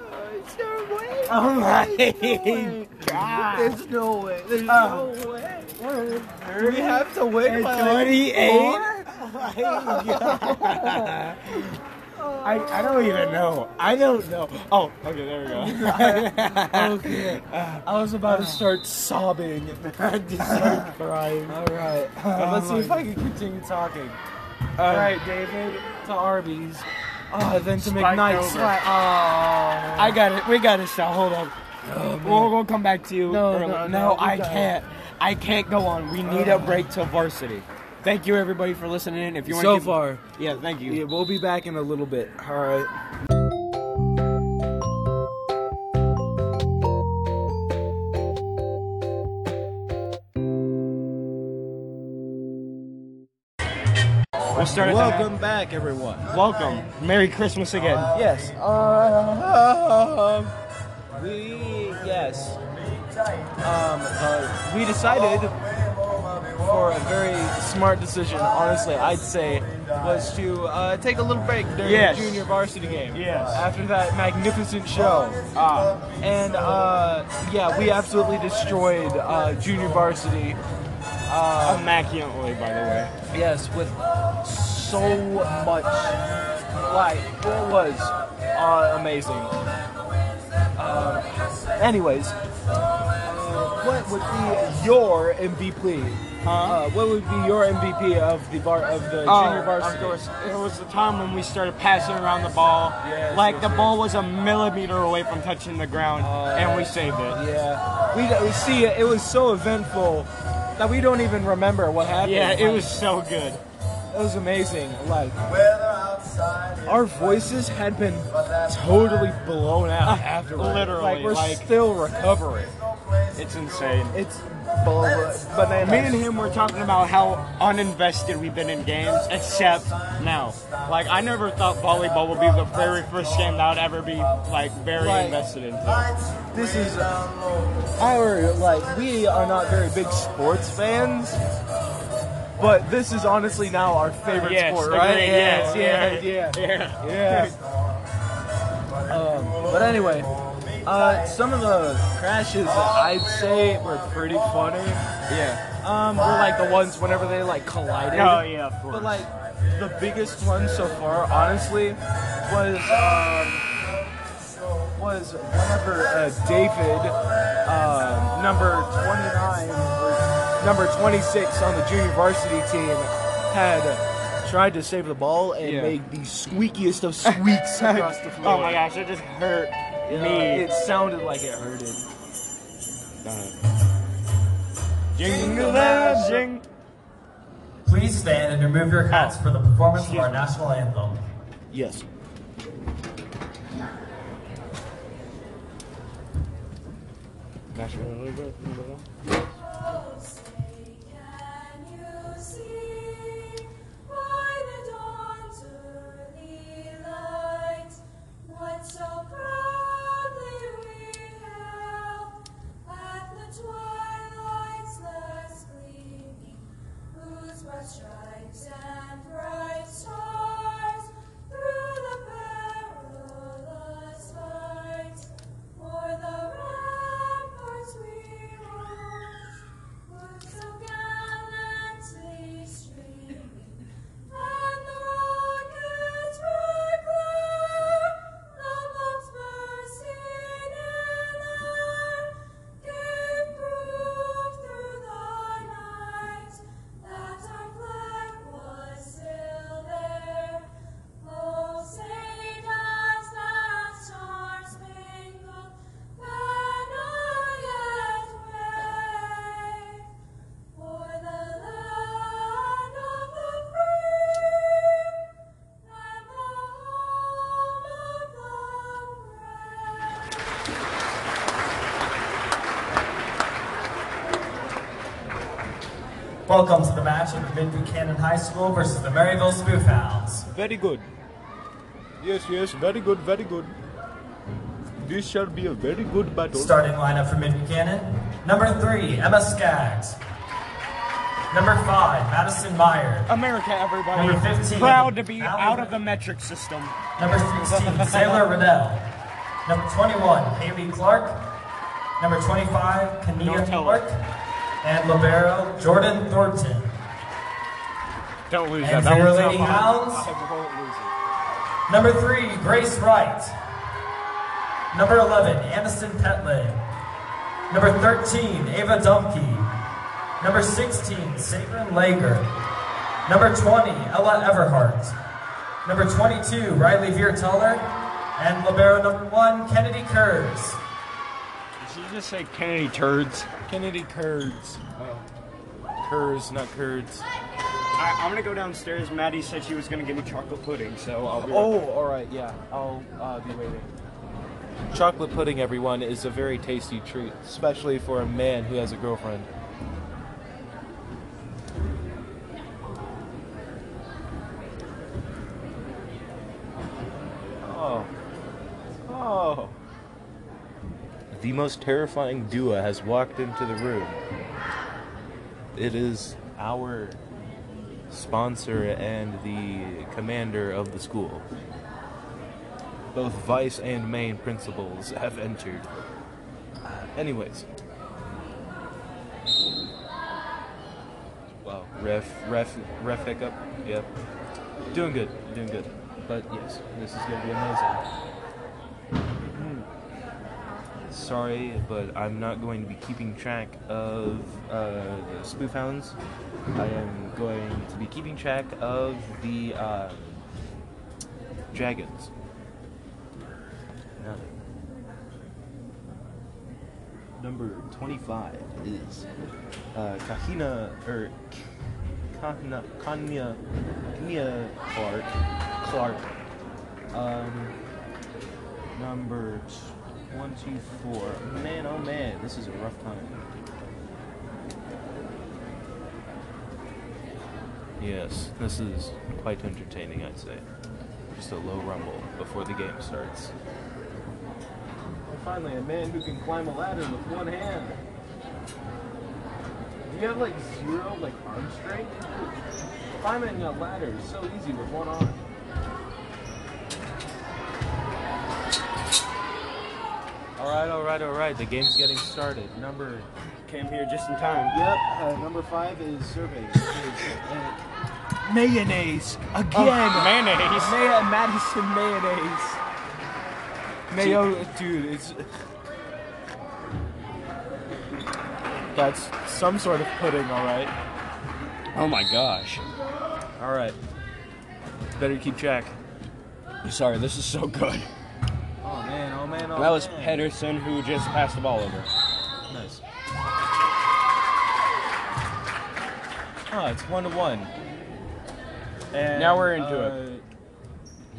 There's no way. Oh my There's no way. God. There's no way. There's Uh, no way. We have to win and by like, twenty-eight. four? My God. I, I don't even know. I don't know. Oh, okay, there we go. Okay. I was about to start sobbing. I just started crying. All right. Um, Let's see if I can continue talking. All right, David, to Arby's. Oh, then to Spiked McKnight's. over. Sli- oh. I got it. We got it, Sal. Hold on. we'll, we'll come back to you. No, early. no, Uh. no, we I got it. can't. I can't go on. We need a break to varsity. Thank you, everybody, for listening. in. If you want so far. yeah, thank you. Yeah, we'll be back in a little bit. All right. We'll start at Welcome back, everyone. The, welcome. Merry Christmas again. Yes. Um, we yes. Um, uh, we decided for a very smart decision. Honestly, I'd say was to uh, take a little break during Yes. the junior varsity game. Yes. After that magnificent show. Ah, And uh, yeah, we absolutely destroyed uh, junior varsity. immaculately, by the way. Yes, with so much. Like, it was uh, amazing. Um, anyways, uh, what would be your MVP? Huh? Oh, Uh, what would be your MVP of the bar Uh, of the junior varsity? Of course. It was the time when we started passing around the ball. Yes, like yes, the yes. ball was a millimeter away from touching the ground, and we saved Uh, it. Yeah, we, got- we see it. It was so eventful that we don't even remember what happened. Yeah, it Like, was so good. It was amazing. Like our voices had been totally blown out afterwards. Literally, like we're like- still recovering. It's insane. It's bl- bananas. Me and him were talking about how uninvested we've been in games, except now. Like I never thought volleyball would be the very first game that I'd ever be like very Right. invested into. This is our like we are not very big sports fans. But this is honestly now our favorite Yes, sport, right? agreed, yes, yeah, yeah, yeah. Yeah. Yeah. Um, but anyway, uh, some of the crashes I'd say were pretty funny. Yeah. Um, were like the ones whenever they like collided. Oh yeah, of course. But like the biggest one so far, honestly, was um, was whenever uh, David, uh, number 29, or number 26 on the junior varsity team, had tried to save the ball and Yeah. made the squeakiest of squeaks across the floor. oh my gosh, it just hurt Yeah, me. It sounded like it hurted. Jingle bell, jing. Oh. Please stand and remove your hats for the performance of our national anthem. Yes. Can you see by the dawn's early light what so proudly we hailed at the twilight's last gleaming, whose broad stripes and bright stars through the perilous fight o'er the ramparts we rose? Were so gallantly streaming, and the rockets were clear. The bombs bursting in air gave proof through the night that our flag was still there. Oh, say does that star-spangled banner yet wave? For the land of the free and the home of the brave. Welcome to the match of Mid Buchanan High School versus the Maryville Spoofhounds. Very good. Yes, yes, very good, very good. This shall be a very good battle. Starting lineup for Mid Buchanan. Number three, Emma Skaggs. Number five, Madison Meyer. America, everybody. Number 15. Proud to be Alabama. out of the metric system. Number 16, Sailor Riddell. Number 21, Haley Clark. Number 25, Don't Kania tell Clark. And Libero, Jordan Thornton. Don't lose And that. for your one's Lady not mine. Hounds, Number three, Grace Wright. Number 11, Aniston Petley. Number 13, Ava Dumke. Number 16, Sabrin Lager. Number 20, Ella Everhart. Number 22, Riley Veer Teller. And Libero number one, Kennedy Kurz. Did you just say Kennedy turds? Kennedy Kurds. Oh. Kurds, not Kurds. I, I'm gonna go downstairs. Maddie said she was gonna give me chocolate pudding, so I'll be right Oh, all right, yeah. I'll uh, be waiting. Chocolate pudding, everyone, is a very tasty treat, especially for a man who has a girlfriend. Oh. Oh. The most terrifying duo has walked into the room. It is our sponsor and the commander of the school. Both vice and main principals have entered. Uh, anyways. Wow, ref, ref, ref hiccup. Yep. Doing good, doing good. But yes, this is gonna be amazing. Sorry, but I'm not going to be keeping track of uh, the spoof hounds. I am going to be keeping track of the um, dragons. Now, Number 25 is uh, Kahina, or Kahina, Kanya, Kanya Clark. Clark. Um, number 24. Man, oh man, this is a rough time. Yes, this is quite entertaining, I'd say. Just a low rumble before the game starts. Finally, a man who can climb a ladder with one hand. You have like zero like arm strength. Climbing a ladder is so easy with one arm. Alright, alright, alright, the game's getting started. Number. Came here just in time. Yep. Uh, number five is survey. Mayonnaise! Again! Mayonnaise. Maya Madison mayonnaise. Mayo, dude, it's. That's some sort of pudding, all right. Oh my gosh. Alright. Better keep track. Sorry, this is so good. Oh man, oh man, oh That was man. Pedersen who just passed the ball over. Nice. Oh, it's one to one. And, Now we're into uh,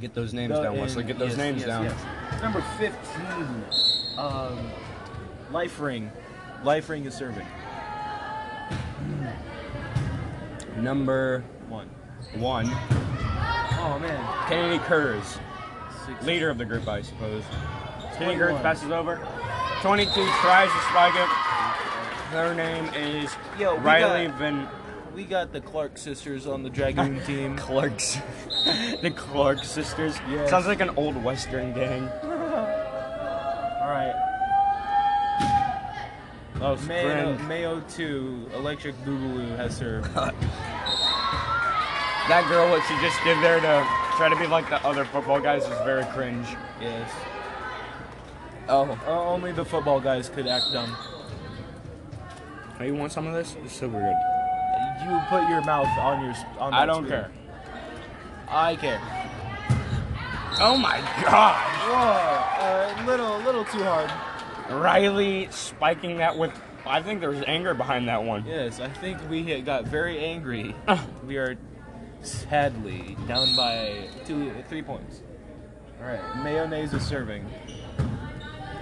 Get those names No, down, and- Wesley. Get those yes, names yes, down. yes. Number 15. Um, Life ring. Life ring is serving. Number One. one, oh, man. Kennedy Kurz, Six. leader of the group, I suppose. Kennedy 21. Kurz passes over. 22 tries to spike it. Their name is Yo, we Riley got- Van We got the Clark sisters on the Dragoon team. Clark's. the Clark sisters. Yes. Sounds like an old Western gang. All right. Oh, Mayo, friend. Mayo 2, Electric Boogaloo has served. That girl, what she just did there to try to be like the other football guys is very cringe. yes. Oh. Uh, only the football guys could act dumb. Hey, Oh, you want some of this? It's so weird. You put your mouth on your. sp- On I that don't spoon. care. I care. Oh my god! Whoa, uh, little, little too hard. Riley spiking that with. I think there was anger behind that one. Yes, I think we had- got very angry. we are sadly down by two, three points. All right, mayonnaise is serving.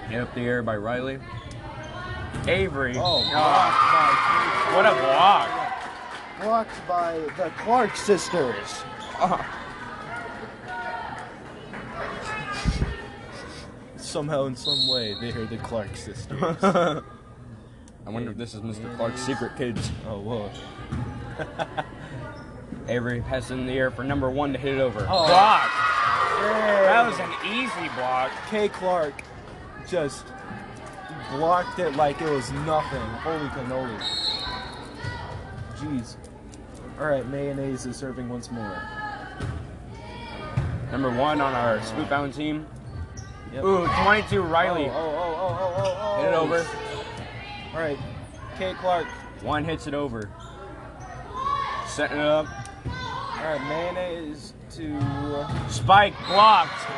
Hit up the air by Riley. Avery. Oh, God. What a block. blocked by the Clark sisters. Somehow, in some way, they are the Clark sisters. I wonder if this is Mr. Clark's secret kids. oh, whoa. Avery passes in the air for number one to hit it over. Oh. Block. That That was an easy block. K. Clark just blocked it like it was nothing. Holy cannoli. Jeez. All right, mayonnaise is serving once more. number one on our Spook Bound team. Yep. Ooh, 22 Riley. Oh, oh, oh, oh, oh, oh, Hit it over. All right. K Clark. One hits it over. Setting it up. All right, mayonnaise to. Spike blocked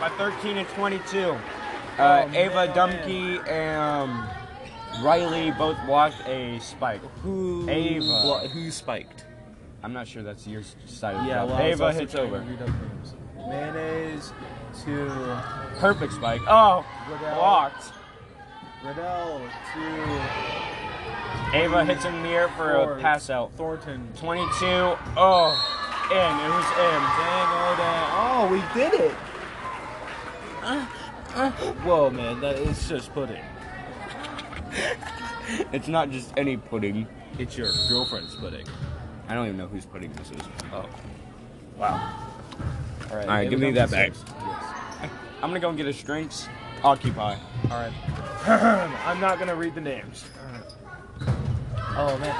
by 13 and 22. Uh, Oh, Ava Dumke and um, Riley both blocked a spike. Who? Ava. blo- who spiked? I'm not sure that's your side of the Yeah, job. well, I was Ava also hits trying to over. read up names. Mayonnaise to. Perfect spike. Oh, Riddell. blocked. Riddell to. Ava hits him near for a Ford. pass out. Thornton. 22. Oh, in. It was in. Dang, oh, dang. Oh, we did it! Uh, Whoa, man, that is just pudding. It's not just any pudding. It's your girlfriend's pudding. I don't even know whose pudding this is. Oh. Wow. All right, Alright, give give it me up that to back. six. Yes. I'm gonna go and get his drinks. Occupy. All right. I'm not gonna read the names. Oh man,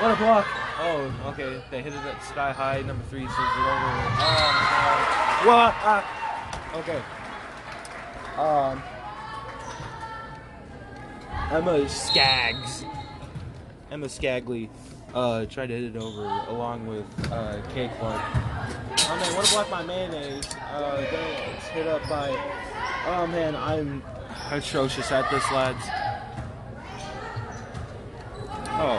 what a block! Oh, okay. They hit it at sky high. Number three says it Well, uh, over. Oh, okay. Um, Emma Skaggs. Emma Skagley uh, tried to hit it over along with uh, K Clark. Oh man, what a block by mayonnaise. Uh, then it's hit up by. Oh man, I'm atrocious at this, lads. Oh.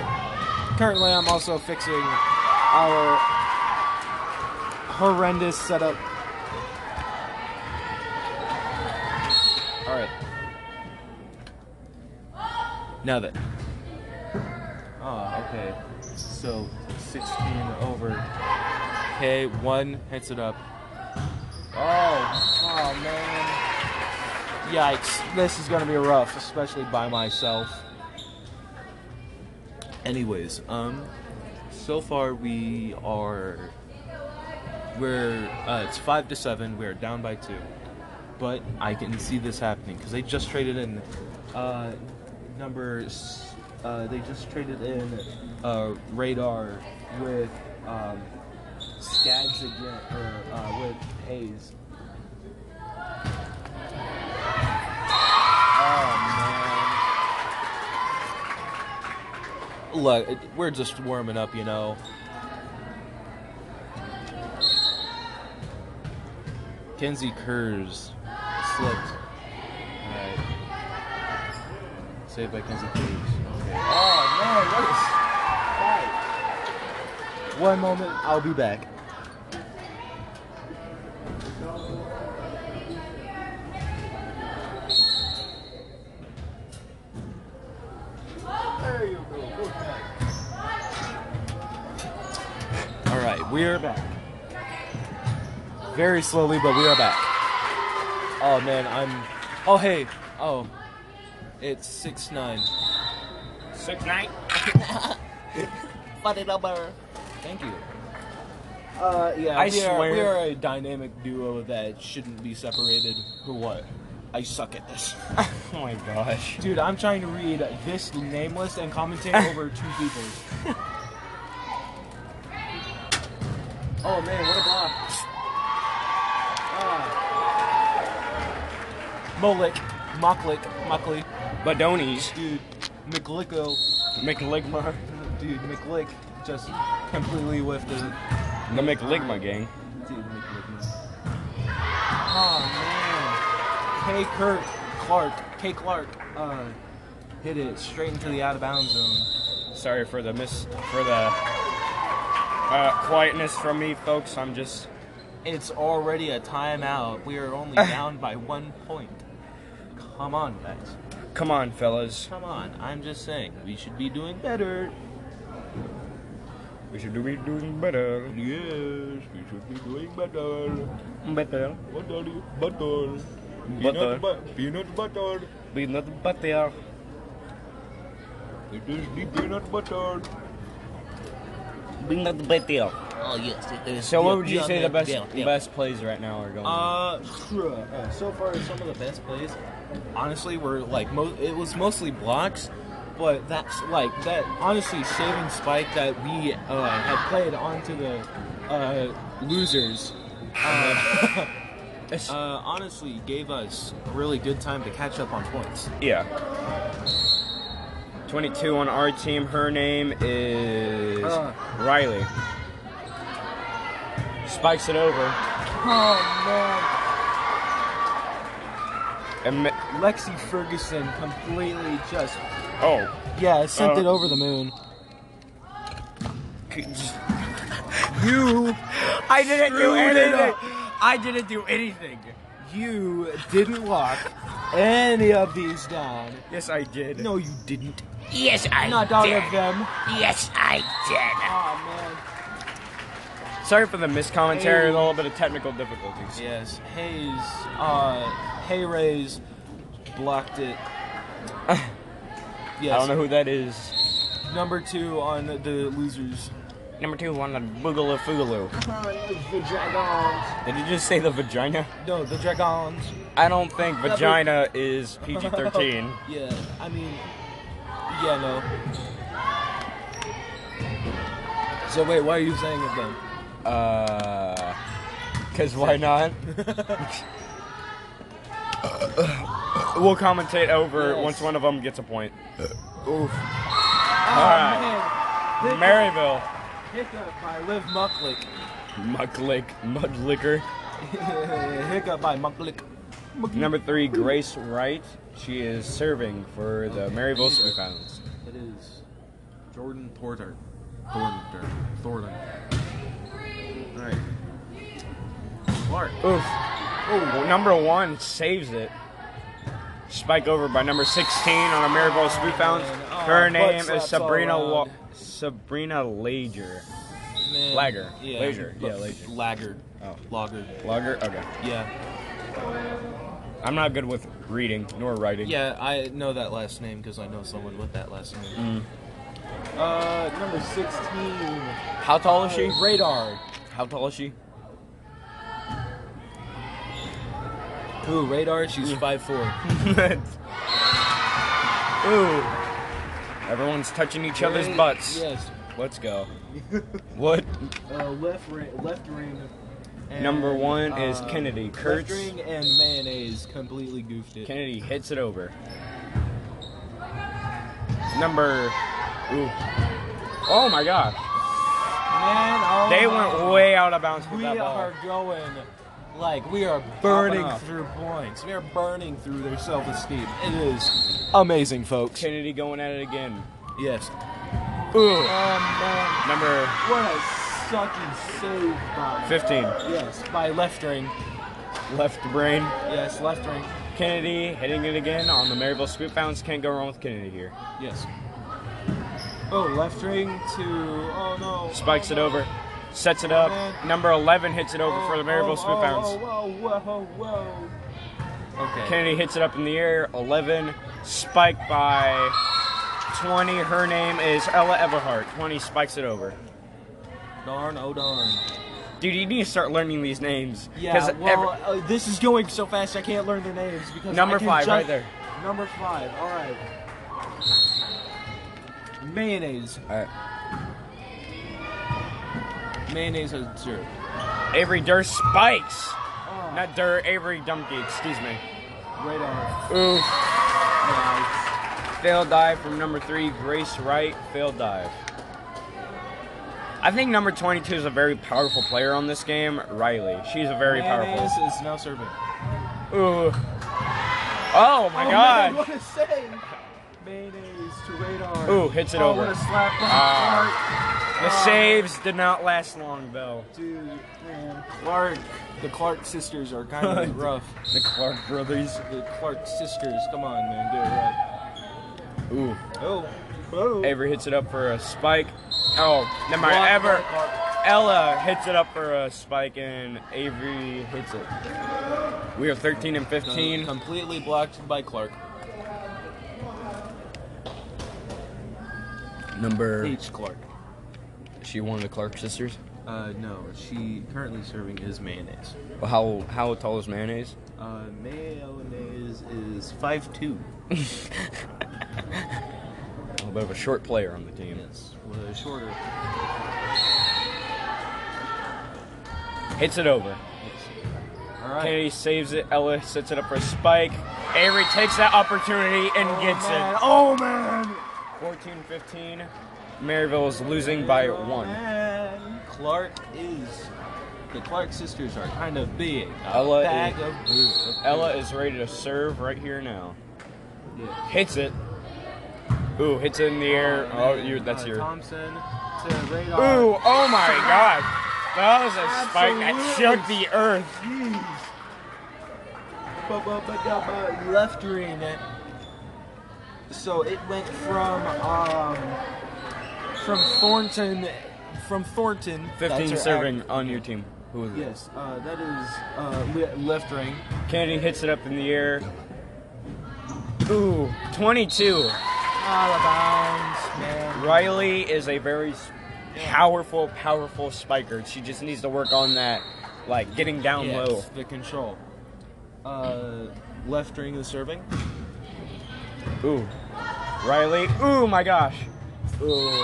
Currently, I'm also fixing our horrendous setup. All right. Now then. Oh, okay. So 16 over. Okay, one hits it up. Oh, oh man. Yikes! This is gonna be rough, especially by myself. Anyways, um, so far we are we're uh, it's five to seven. We're down by two, but I can see this happening because they just traded in uh, numbers. Uh, they just traded in uh, radar with um, Skaggs again or uh, with Hayes. Oh man Oh, look, it- we're just warming up, you know. Kenzie Kurz slipped. Alright. Saved by Kenzie Kurz. Oh man, what is. One moment, I'll be back. All right, we're back. Very slowly, but we are back. Oh man, I'm. Oh hey, oh, it's six nine. Six nine. Funny number. Thank you. Uh yeah, I we Are, we swear- are a dynamic duo that shouldn't be separated. For what? I suck at this. Oh my gosh. Dude, I'm trying to read this name list and commentate over two people. oh man, what a block. Ah. Molik, Moklik, Moklik, Badonies. dude, McLicko, McLigma. dude, McLick just completely whiffed it. The McLigma gang. Dude, McLick. Oh man. K Kirk Clark, K Clark, uh, hit it straight into the out of bounds zone. Sorry for the miss for the uh, quietness from me, folks. I'm just It's already a timeout. We are only down by one point. Come on, guys. come on, fellas. Come on. I'm just saying, we should be doing better. We should be doing better. Yes, we should be doing better. Better. Butter, butter. Butter. but- peanut butter. We not better. It is the peanut butter. We not better. Oh yes, it is. So, what would you Yeah, say yeah, the best yeah, yeah. best plays right now are going? Uh, sure. Uh, so far, some of the best plays, honestly, were like mo- it was mostly blocks, but that's like that. Honestly, saving spike that we uh, had played onto the uh, losers Uh, honestly, gave us a really good time to catch up on points. Yeah. 22 on our team. Her name is Uh. Riley. Spikes it over. Oh And mi- man. Lexi Ferguson completely just oh, Yeah, sent Uh, it over the moon. You I didn't do Screwed it anything. up. I didn't do anything. you didn't lock any of these down. Yes, I did. No, you didn't. Yes, I Not all did. of them. Yes, I did. Oh Sorry for the miscommentary Hey. and a little bit of technical difficulties. Yes, Hayes, uh, Hay Rays blocked it. yes, I don't know who that is. number two on the losers. Number two on the Boogaloo Foogaloo. man. Did you just say the vagina? No, the Dragons. I don't think vagina is PG 13. Yeah, I mean, yeah, no. So wait, why are you saying it then? Uh, cause why not? we'll commentate over Yes. once one of them gets a point. Oh, right. man. Maryville, Hiccup by Liv Mucklick. Mucklick, Mudlicker. Hiccup by Mucklick. Number three, Grace Wright. She is serving for the Maryville Smith Islands. It is Jordan Porter. Thornton. Thornton. Alright. Clark. Oof. Well, number one saves it. Spike over by number 16 on a Maryville Spoof Islands. Oh, Her butt name is slaps all Sabrina around. Wa- Sabrina Lager. Man. Lager. Yeah. Lager. Yeah, But- lager. Laggard. Oh. Lager. Lager? Okay. Yeah. I'm not good with reading nor writing. Yeah, I know that last name because I know someone with that last name. Uh, number 16. How tall is she? Radar. How tall is she? Who? Radar? She's 5'4. Ooh. Everyone's touching each other's butts. Yes. Let's go. What? Uh, left ring. Left ring. and, Number one is uh, Kennedy. Left Kurtz. ring and mayonnaise completely goofed it. Kennedy hits it over. Number. Ooh. Oh my gosh. Man, oh They my- went way out of bounds with We that ball. are going like we are burning up. through points. We are burning through their self-esteem. It is amazing, folks. Kennedy going at it again. yes. Ooh. Um, man, Number what a sucking save by 15. yes by left ring. Left brain. Yes, left ring. Kennedy hitting it again on the Maryville Scoop Bounce. Can't go wrong with Kennedy here. Yes. Oh, left ring to oh no. Spikes oh, it no. over. Sets it up. man. Number 11 hits it over for the Maryville oh, Scoop oh, Bounce. Oh, whoa, whoa, whoa. Okay. Kennedy hits it up in the air. 11. Spiked by 20. Her name is Ella Everhart. 20 spikes it over. darn, oh darn. Dude, you need to start learning these names. 'cause Yeah, well, every- uh, this is going so fast I can't learn their names because Number I can five, jump- right there. Number five, all right. Mayonnaise, Mayonnaise has zero. Avery Durr spikes. oh, Not Durr, Avery Dumke, excuse me. radar. Ooh. Nice. Failed dive from number three, Grace Wright. Failed dive. I think number 22 is a very powerful player on this game, Riley. She's a very Mayonnaise powerful. is now serving. Ooh. Oh my oh, god. Man, what a save! Mayonnaise to radar. Ooh, hits it oh, over. What a slap by Ah. the Ah. saves did not last long, though. Clark. Dude, man. Clark. The Clark sisters are kind of rough. The Clark brothers. The Clark sisters, come on, man, do it Ooh. right. Oh, boom. Avery hits it up for a spike. Oh, never mind. Clark, Ever. Clark, Clark. Ella hits it up for a spike, and Avery hits it. We are 13 and 15. Completely blocked by Clark. Number. H. Clark. She one of the Clark sisters. Uh, no, she currently serving is mayonnaise. Well, how how tall is mayonnaise? Uh, mayonnaise is five two. A bit of a short player on the team. Yes, well, shorter. hits it over. All right. Kennedy saves it. Ella sets it up for a spike. Avery takes that opportunity and gets Man, it. oh man. 14 15. Maryville is losing by one. Man, Clark is. The Clark sisters are kind of big. A Ella bag is- of boo. Ella is ready to serve right here now. Yeah. Hits it. Ooh, hits it in the air. Oh, you, that's Uh, your. Thompson to radar. Ooh, oh my god. That was a spike that Absolutely. shook the earth. Jeez. Ba- ba- ba- da- ba- left ring. So it went from um, from Thornton from Thornton. that's 15 her serving act- on your team. Who is it? Yes, uh, that is uh, le- left ring. Kennedy hits it up in the air. Ooh, 22. Out of bounds, man. Riley is a very s- powerful, powerful spiker. She just needs to work on that, like getting down Yes, low. the control. Uh, left ring is serving. Ooh, Riley. Ooh, my gosh. Ooh,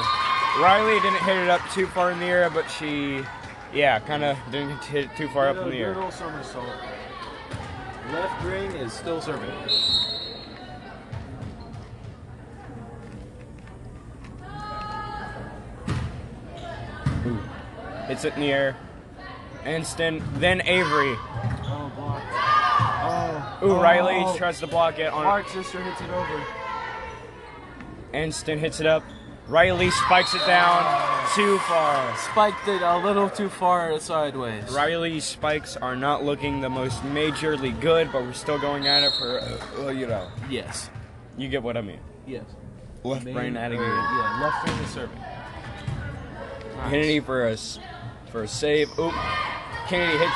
Riley didn't hit it up too far in the air, but she, yeah, kind of didn't hit it too far up in the air. Little somersault. Left ring is still serving. Hits it in the air. Instant. Then Avery. Oh, block. Oh. Ooh, oh. Riley tries to block it on. Clark sister hits it over. Instant hits it up. Riley spikes it down too far. Spiked it a little too far sideways. Riley spikes are not looking the most majorly good, but we're still going at it for, uh, well, you know, Yes. you get what I mean. Yes. Left brain out of or- here. Yeah, left brain is serving. Kennedy for a, s- for a save. Oop. Kennedy hits,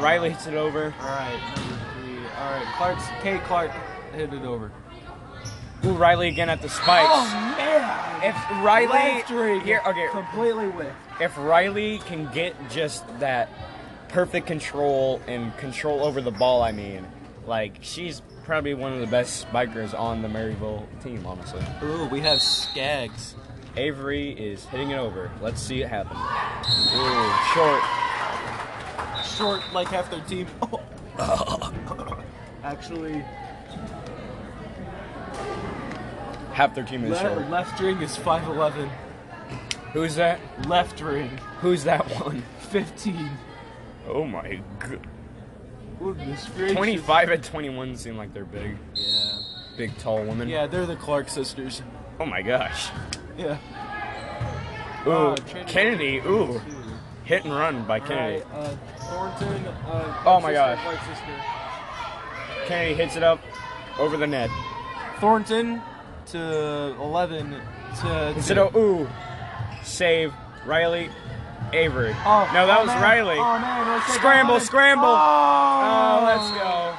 Riley hits it over. All right, number three. All right, Clark's K. Clark hit it over. Ooh, Riley again at the spikes. Oh, man! If Riley, left ring here, okay, completely whiffed. if Riley can get just that perfect control and control over the ball, I mean, like she's probably one of the best spikers on the Maryville team, honestly. Ooh, we have Skaggs. Avery is hitting it over. Let's see it happen. Ooh, short. Short like half their team. Actually, Half their team is le- short. left ring is 5'11. Who's that? Left ring, Who's that one? 15. Oh my god. Goodness gracious. 25 and 21 seem like they're big. Yeah. Big, tall woman. Yeah, they're the Clark sisters. Oh my gosh. Yeah. Ooh, Oh, Trinity. Kennedy. Ooh, hit and run by All Kennedy. right, uh, Thornton. Uh, Oh my sister, gosh. Clark's sister. Kennedy hits it up over the net. Thornton to 11 to. Instead of ooh, save Riley, Avery. Oh, no, that oh, was man. Riley. Oh, man, let's take Scramble, that. scramble. Oh, Oh, let's go.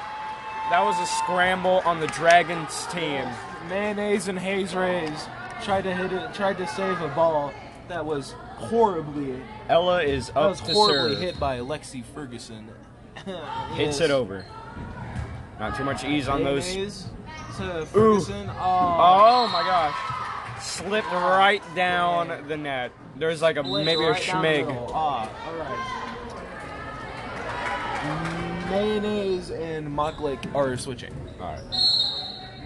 That was a scramble on the Dragons team. Mayonnaise and Hayes Rays tried to hit it, tried to save a ball that was horribly, Ella is that up was to horribly serve. hits. Hit by Lexi Ferguson. Hits it over. Not too much ease on those. Mayonnaise to Ferguson. Oh, Oh my gosh. Slipped right down the net. There's like a went maybe a right down the schmig. middle. Ah, all right. Mayonnaise and Mocklick are switching. All right.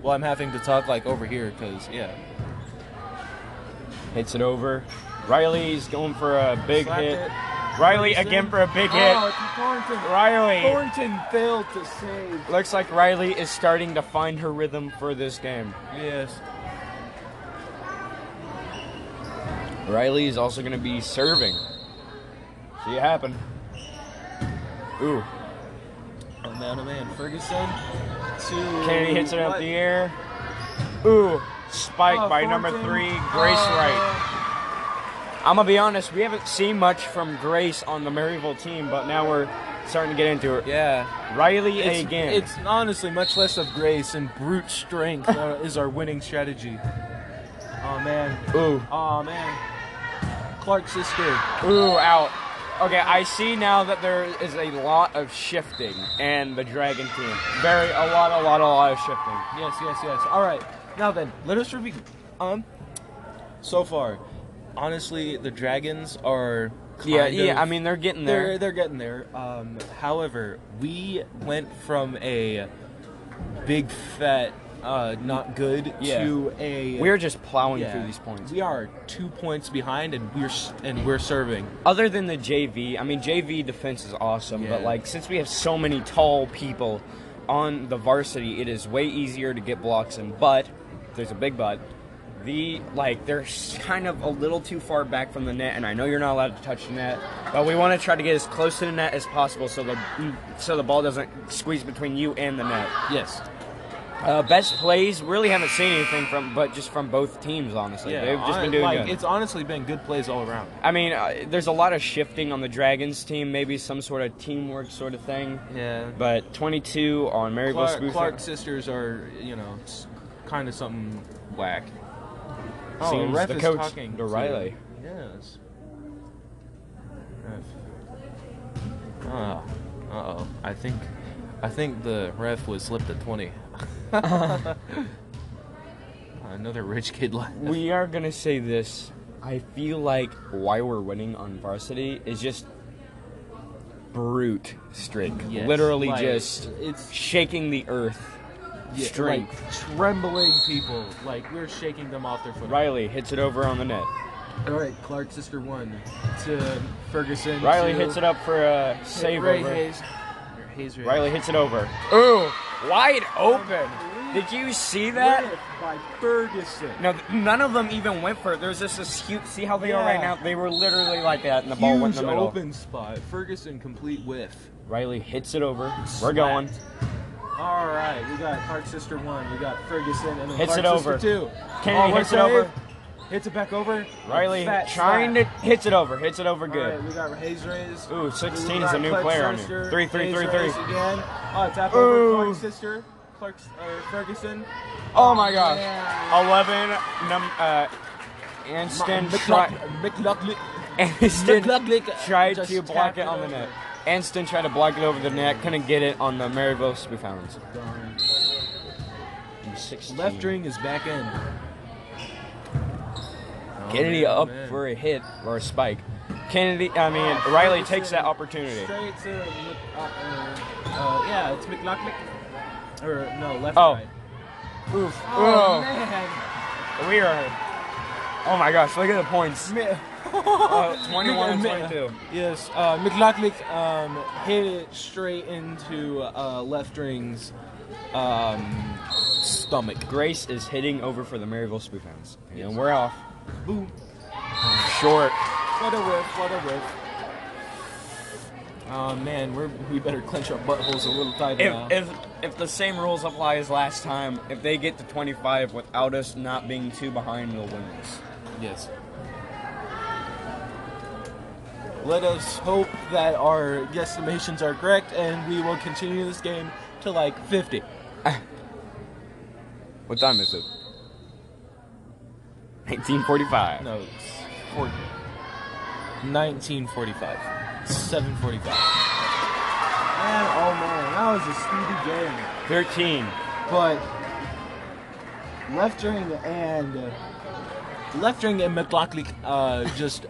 Well, I'm having to talk like over here because yeah. Hits it over. Riley's going for a big Slapped hit. it. Riley again for a big hit. Oh, it's Thornton. Riley. Thornton failed to save. Looks like Riley is starting to find her rhythm for this game. Yes. Riley is also going to be serving. See it happen. Ooh, Oh, man, oh, man. Ferguson to. Kennedy hits it out what? the air. Ooh, spike Oh, by number Thornton. three, Grace Oh. Wright. I'm gonna be honest, we haven't seen much from Grace on the Maryville team, but now we're starting to get into it. Yeah. Riley It's, again. it's honestly much less of grace and brute strength uh, is our winning strategy. Oh, man. ooh, Oh, man. Clark's sister. ooh, out. Okay, I see now that there is a lot of shifting and the Dragon team. Very, a lot, a lot, a lot of shifting. Yes, yes, yes. All right. Now then, let us review. Um, So far, honestly, the Dragons are Yeah, kind of- yeah. I mean, they're getting there. They're, they're getting there. Um, however, we went from a big fat Uh, not good Yeah. to a. We're just plowing Yeah. through these points. We are two points behind, and we're s- and we're serving. Other than the JV, I mean, JV defense is awesome, but Yeah. like since we have so many tall people on the varsity, it is way easier to get blocks in. But there's a big but. The like they're s- kind of a little too far back from the net, and I know you're not allowed to touch the net, but we want to try to get as close to the net as possible so the so the ball doesn't squeeze between you and the net. Yes. Uh, best plays, really haven't seen anything from, but just from both teams, honestly. They've just hon- been doing like, good. It's honestly been good plays all around. I mean, uh, there's a lot of shifting on the Dragons team, maybe some sort of teamwork sort of thing. Yeah. But 22 on Maryville Clark, Spoof. Clark sisters are, you know, kind of something whack. Oh, the Seems ref the is coach, talking to to- Riley. Yes. Ref. Oh. Uh oh. I think, I think the ref was slipped at twenty. Another rich kid laugh. We are going to say this. I feel like why we're winning on varsity is just brute strength. Yes, Literally like, just it's- shaking the earth. Yeah, strength. like, trembling people. Like we're shaking them off their foot. Riley hits it over on the net. All right, Clark sister one to Ferguson. Riley to- hits it up for a save Ray over. Hayes. Or Hayes Ray. Riley hits it over. Ooh, wide open. Did you see that? Lit by Ferguson. No, th- none of them even went for it. There's just this huge. See how they are right now? They were literally like that, and the ball went Huge in the middle. open spot. Ferguson complete whiff. Riley hits it over. We're going. All right, we got Clark sister one. We got Ferguson and then Hits Clark it sister over. two. Kennedy oh, hits it save. over. Hits it back over. Riley Fat trying slap. to hits it over. Hits it over All good. right, we got Hayes Rays. Ooh, We 16 is a got new Clark player on here. sister, Three, three, Hayes three, three. Rays Again. Oh, tap over Ooh. Clark sister. Clark or Ferguson. Oh my gosh. Yeah. Eleven. Num. Uh, Anston McLaughlin- tried. McLaughlin- Anston McLaughlin tried just to block tapped it on the over. net. Anston tried to block it over the net. Couldn't get it on the Maryville Spoof Hounds. Darn. 16. Left ring is back in. Oh, Kennedy up for a hit or a spike. Kennedy, I mean, Riley takes that opportunity. Straight to Mc- uh, uh, yeah, it's McLaughlin. Or no, left. Oh. right. Oof. Oh, Oh, man. we are. Oh my gosh, look at the points. Uh, 21 and Mc- 22. Oh, Yes, uh, McLaughlin um, hit it straight into uh, left ring's um, stomach. Grace is hitting over for the Maryville Spoof Hounds. And we're off. Boom. Short. What a whiff! What a whiff! Oh man, we're, we better clench our buttholes a little tighter now. If, if, if the same rules apply as last time, if they get to 25 without us not being too behind, they'll win this. Yes. Let us hope that our guesstimations are correct and we will continue this game to like 50. What time is it? 1945. No, it's 40. 1945. 745. Man, oh man, that was a speedy game. 13. But left ring and uh, left ring and McLaughlin uh, just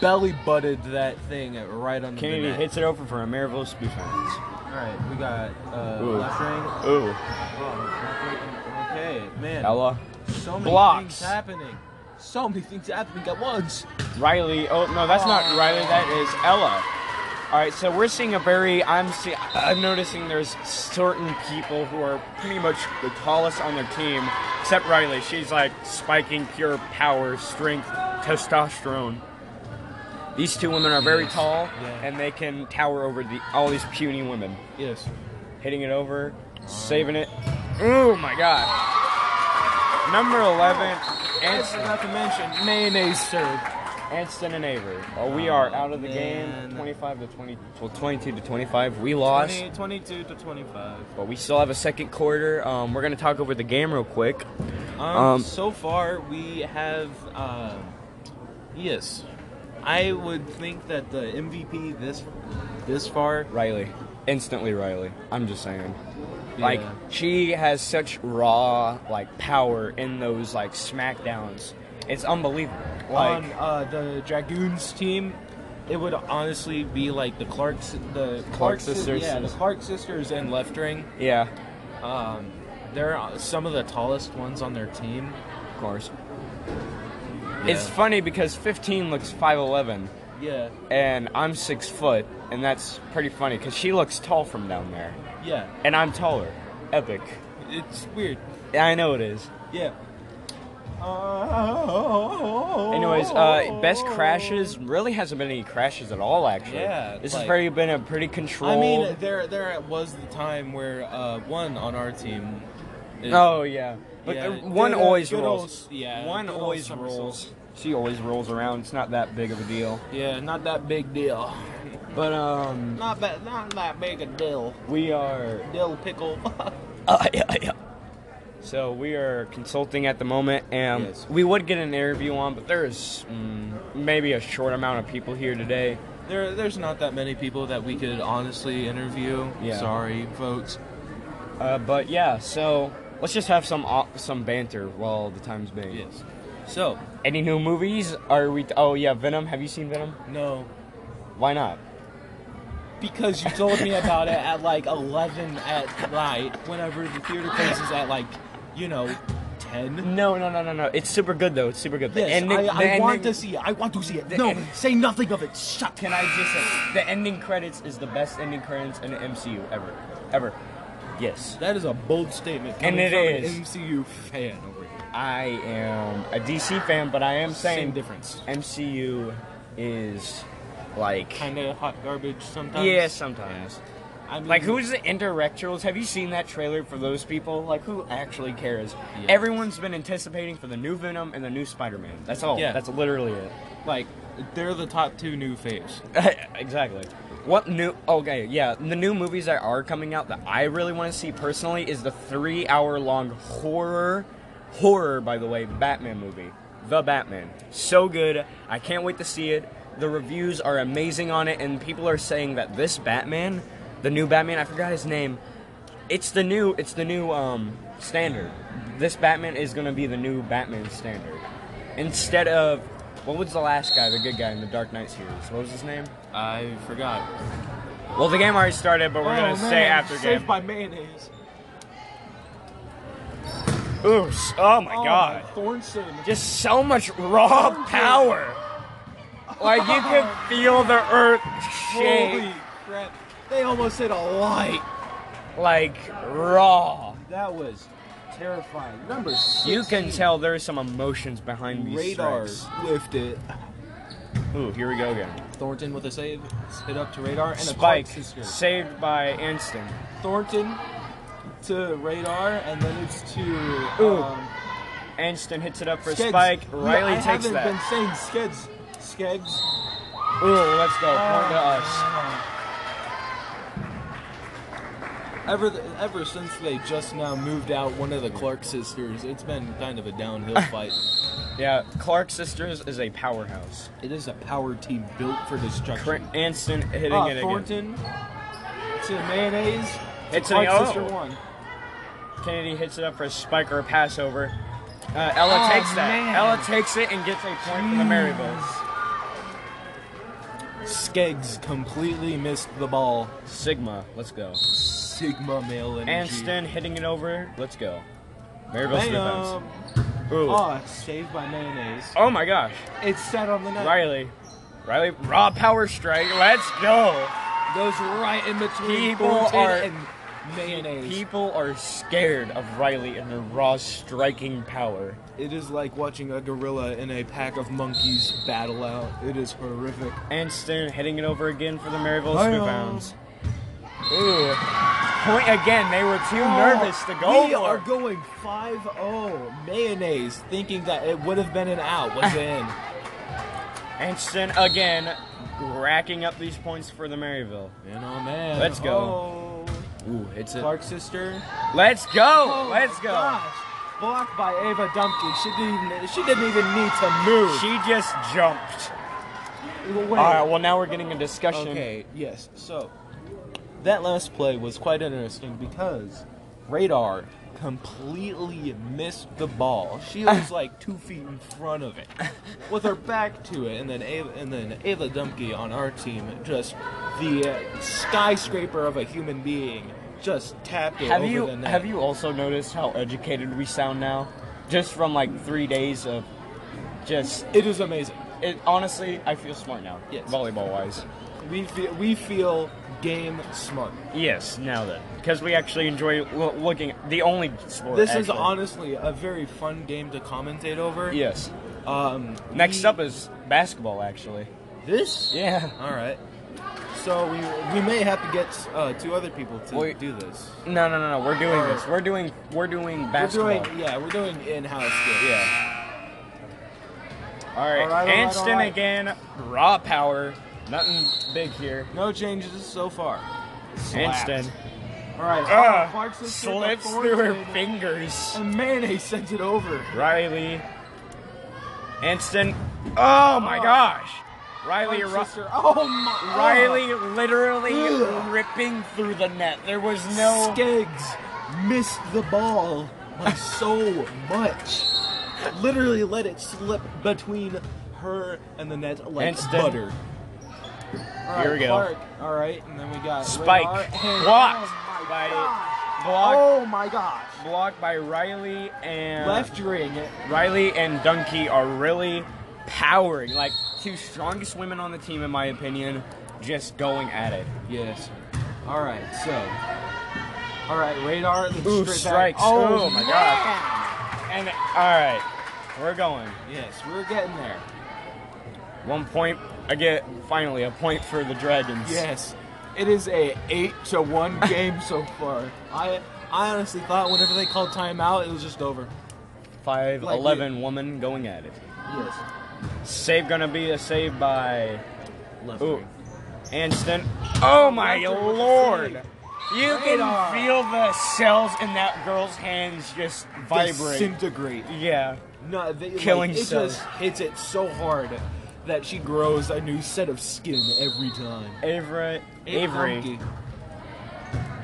belly butted that thing right on the Kennedy net. hits it over for a Maryville Spoof Hounds. All right, we got uh, Ooh. left ring. Ooh. Oh, okay, man. Ella. So many Blocks. things happening. So many things happening at once. Riley. Oh no, that's not Riley. That is Ella. All right, so we're seeing a very. I'm see. I'm noticing there's certain people who are pretty much the tallest on their team, except Riley. She's like spiking pure power, strength, testosterone. These two women are very tall, yeah. and they can tower over the all these puny women. Yes. Hitting it over, saving it. Oh my God! Number eleven, And I Anson. forgot to mention mayonnaise served. Anston and Avery. Oh, we are out of the man. game. 25 to 20. Well, 22 to 25. We lost, 22 to 25. but we still have a second quarter. Um, we're gonna talk over the game real quick. Um, Um, so far we have um, yes. I would think that the MVP this this far Riley, instantly Riley. I'm just saying. Like Yeah. she has such raw like power in those like smackdowns. It's unbelievable. Like on uh, the Dragoons team it would honestly be like the Clark's, the Clark, sisters. yeah, the Clark sisters and Left Ring. Yeah, Um, they're some of the tallest ones on their team. of course. It's funny because 15 looks 5'11 yeah, and I'm 6 foot, and that's pretty funny because she looks tall from down there, yeah. and I'm taller. Epic. It's weird. I know it is. Yeah. Anyways, uh, best crashes really hasn't been any crashes at all. Actually, Yeah, this like- has pretty been a pretty I controlled. mean, there there was the time where uh, one on our team. is- oh yeah, but Yeah, uh, good one old- always good old- rolls. yeah, one good old always somersault. rolls. She always rolls around. It's not that big of a deal. Yeah, not that big deal. But um, Not that not that big a deal. we are. Dill pickle. So we are consulting at the moment, and Yes. we would get an interview on, but there is mm, maybe a short amount of people here today. there there's not that many people that we could honestly interview. Yeah. Sorry, folks. Uh, but yeah, so let's just have some au- some banter while the time's being. Yes. So Any new movies? Are we? oh yeah, Venom. Have you seen Venom? no, Why not? because you told me about it at like 11 at night, whenever the theater closes at like, you know, 10. No, no, no, no, no. It's super good though. It's super good. The Yes, ending- I, I the want ending- to see it. I want to see it. The No, end- say nothing of it. Shut. Can I just say the ending credits is the best ending credits in the MCU ever, ever. Yes, That is a bold statement. And coming it from is. an MCU fan over here. I am a DC fan, but I am Same saying difference. MCU is like Kind of hot garbage sometimes. yeah, sometimes. I mean, Like who's the intellectuals? Have you seen that trailer for those people? Like who actually cares? Yeah. Everyone's been anticipating for the new Venom and the new Spider-Man. That's all. Yeah. That's literally it. Like they're the top two new faves. exactly. What new? Okay, yeah, the new movies that are coming out that I really want to see personally is the three-hour-long horror, horror by the way, Batman movie, The Batman. So good. I can't wait to see it. The reviews are amazing on it, and people are saying that this Batman, the new Batman, I forgot his name. It's the new. It's the new um, standard. This Batman is gonna be the new Batman standard. Instead of what was the last guy, the good guy in the Dark Knight series? What was his name? I forgot. Well, the game already started, Oh, but we're gonna say after Saved game. by mayonnaise. Oops! Oh my oh, god! Thornson. Just so much raw power. Like you can feel the earth Holy shake, crap! They almost hit a light. like raw. That was terrifying. Number six. You can tell there's some emotions behind these Radar strikes. whiffed it. Ooh, here we go again. Thornton with a save, hit up to radar, and Spike a Clark sister. saved by Anston. Thornton to radar, and then it's to Ooh. um, Anston hits it up for Skeggs. Spike. Yeah, Riley I takes haven't that. been saying Skeggs. Skeggs. Ooh, let's go. Point to Ah. us. Ever, th- ever since they just now moved out one of the Clark sisters, it's been kind of a downhill fight. Yeah, Clark Sisters is a powerhouse. It is a power team built for Cr- destruction. Anston hitting Ah, it again. Thornton to mayonnaise. To It's an Clark O. sister one. Kennedy hits it up for a spike or a pass over. Uh, Ella Oh, takes that. man. Ella takes it and gets a point from the Marybells. Skeggs completely missed the ball. Sigma, let's go. Sigma male energy. Anston hitting it over. Let's go. Marybell's defense. Bam! Ooh. Oh, it's saved by mayonnaise. Oh my gosh. It's set on the net. Riley. Riley, raw power strike. Let's go. Goes right in between People Thornton are- and mayonnaise. People are scared of Riley and her raw striking power. It is like watching a gorilla and a pack of monkeys battle out. It is horrific. Anston hitting it over again for the Maryville's Hi-yo. rebounds. Ooh. Point again. They were too nervous to go Oh, We for are it. going 5-0. Mayonnaise thinking that it would have been an out was in. Anston again, racking up these points for the Maryville. And oh man. Let's go. Oh. Ooh, it's a. Clark sister. Let's go! Oh, Let's go! Gosh. Blocked by Ava Dumpke. She didn't. She didn't even need to move. She just jumped. Wait. All right. Well, now we're getting a discussion. Okay, yes. So that last play was quite interesting because Radar completely missed the ball. She was like two feet in front of it, with her back to it, and then Ava, and then Ava Dumke on our team, just the uh, skyscraper of a human being, just tapped it Have over you the net. have you also noticed how educated we sound now? Just from like three days of just It is amazing. it. Honestly, I feel smart now. Yes. Volleyball wise. We feel, we feel game smart. Yes. Now then, because we actually enjoy lo- looking. The only sport. This is actually. honestly a very fun game to commentate over. Yes. Um, Next we- up is basketball. Actually. this. Yeah. All right. So we we may have to get uh, two other people to Wait. do this. No, no, no, no. We're doing this. We're doing. We're doing basketball. We're doing yeah, we're doing in-house games. Yeah. All right. All right, all right, Instant all right. again. Raw power. Nothing big here. No changes so far. Instant. All right. Ah, Clarkson threw the slips forward through her table, fingers. And mayonnaise sent it over. Riley. Instant. Oh my Oh. gosh. Riley. Her Ri- sister- Oh my. Riley literally Ugh. ripping through the net. There was no. Skeggs missed the ball by so much. Literally let it slip between her and the net like Instant. butter. All right, Here we go. Clark. All right, and then we got Spike. Radar, and- Blocked Oh my by- gosh. Block. Oh my gosh. Blocked by Riley and. Left ring. Riley and Dunkey are really powering, like two strongest women on the team, in my opinion, just going at it. Yes. All right, so. All right, radar. the Ooh, straight back. strikes. Oh, Oh, my man. And all right, we're going. Yes, we're getting there. One point again. Finally, a point for the Dragons. Yes, it is a eight to one game so far. I I honestly thought whenever they called timeout, it was just over. Five Like eleven woman going at it. Yes. Save gonna be a save by Left ooh, wing. Anston. Oh my Left wing with the lord! save. You Radar. can feel the cells in that girl's hands just vibrate. Disintegrate. Yeah. No, they, Killing like, it cells. just hits it so hard that she grows a new set of skin every time. Avery. Avery Funky.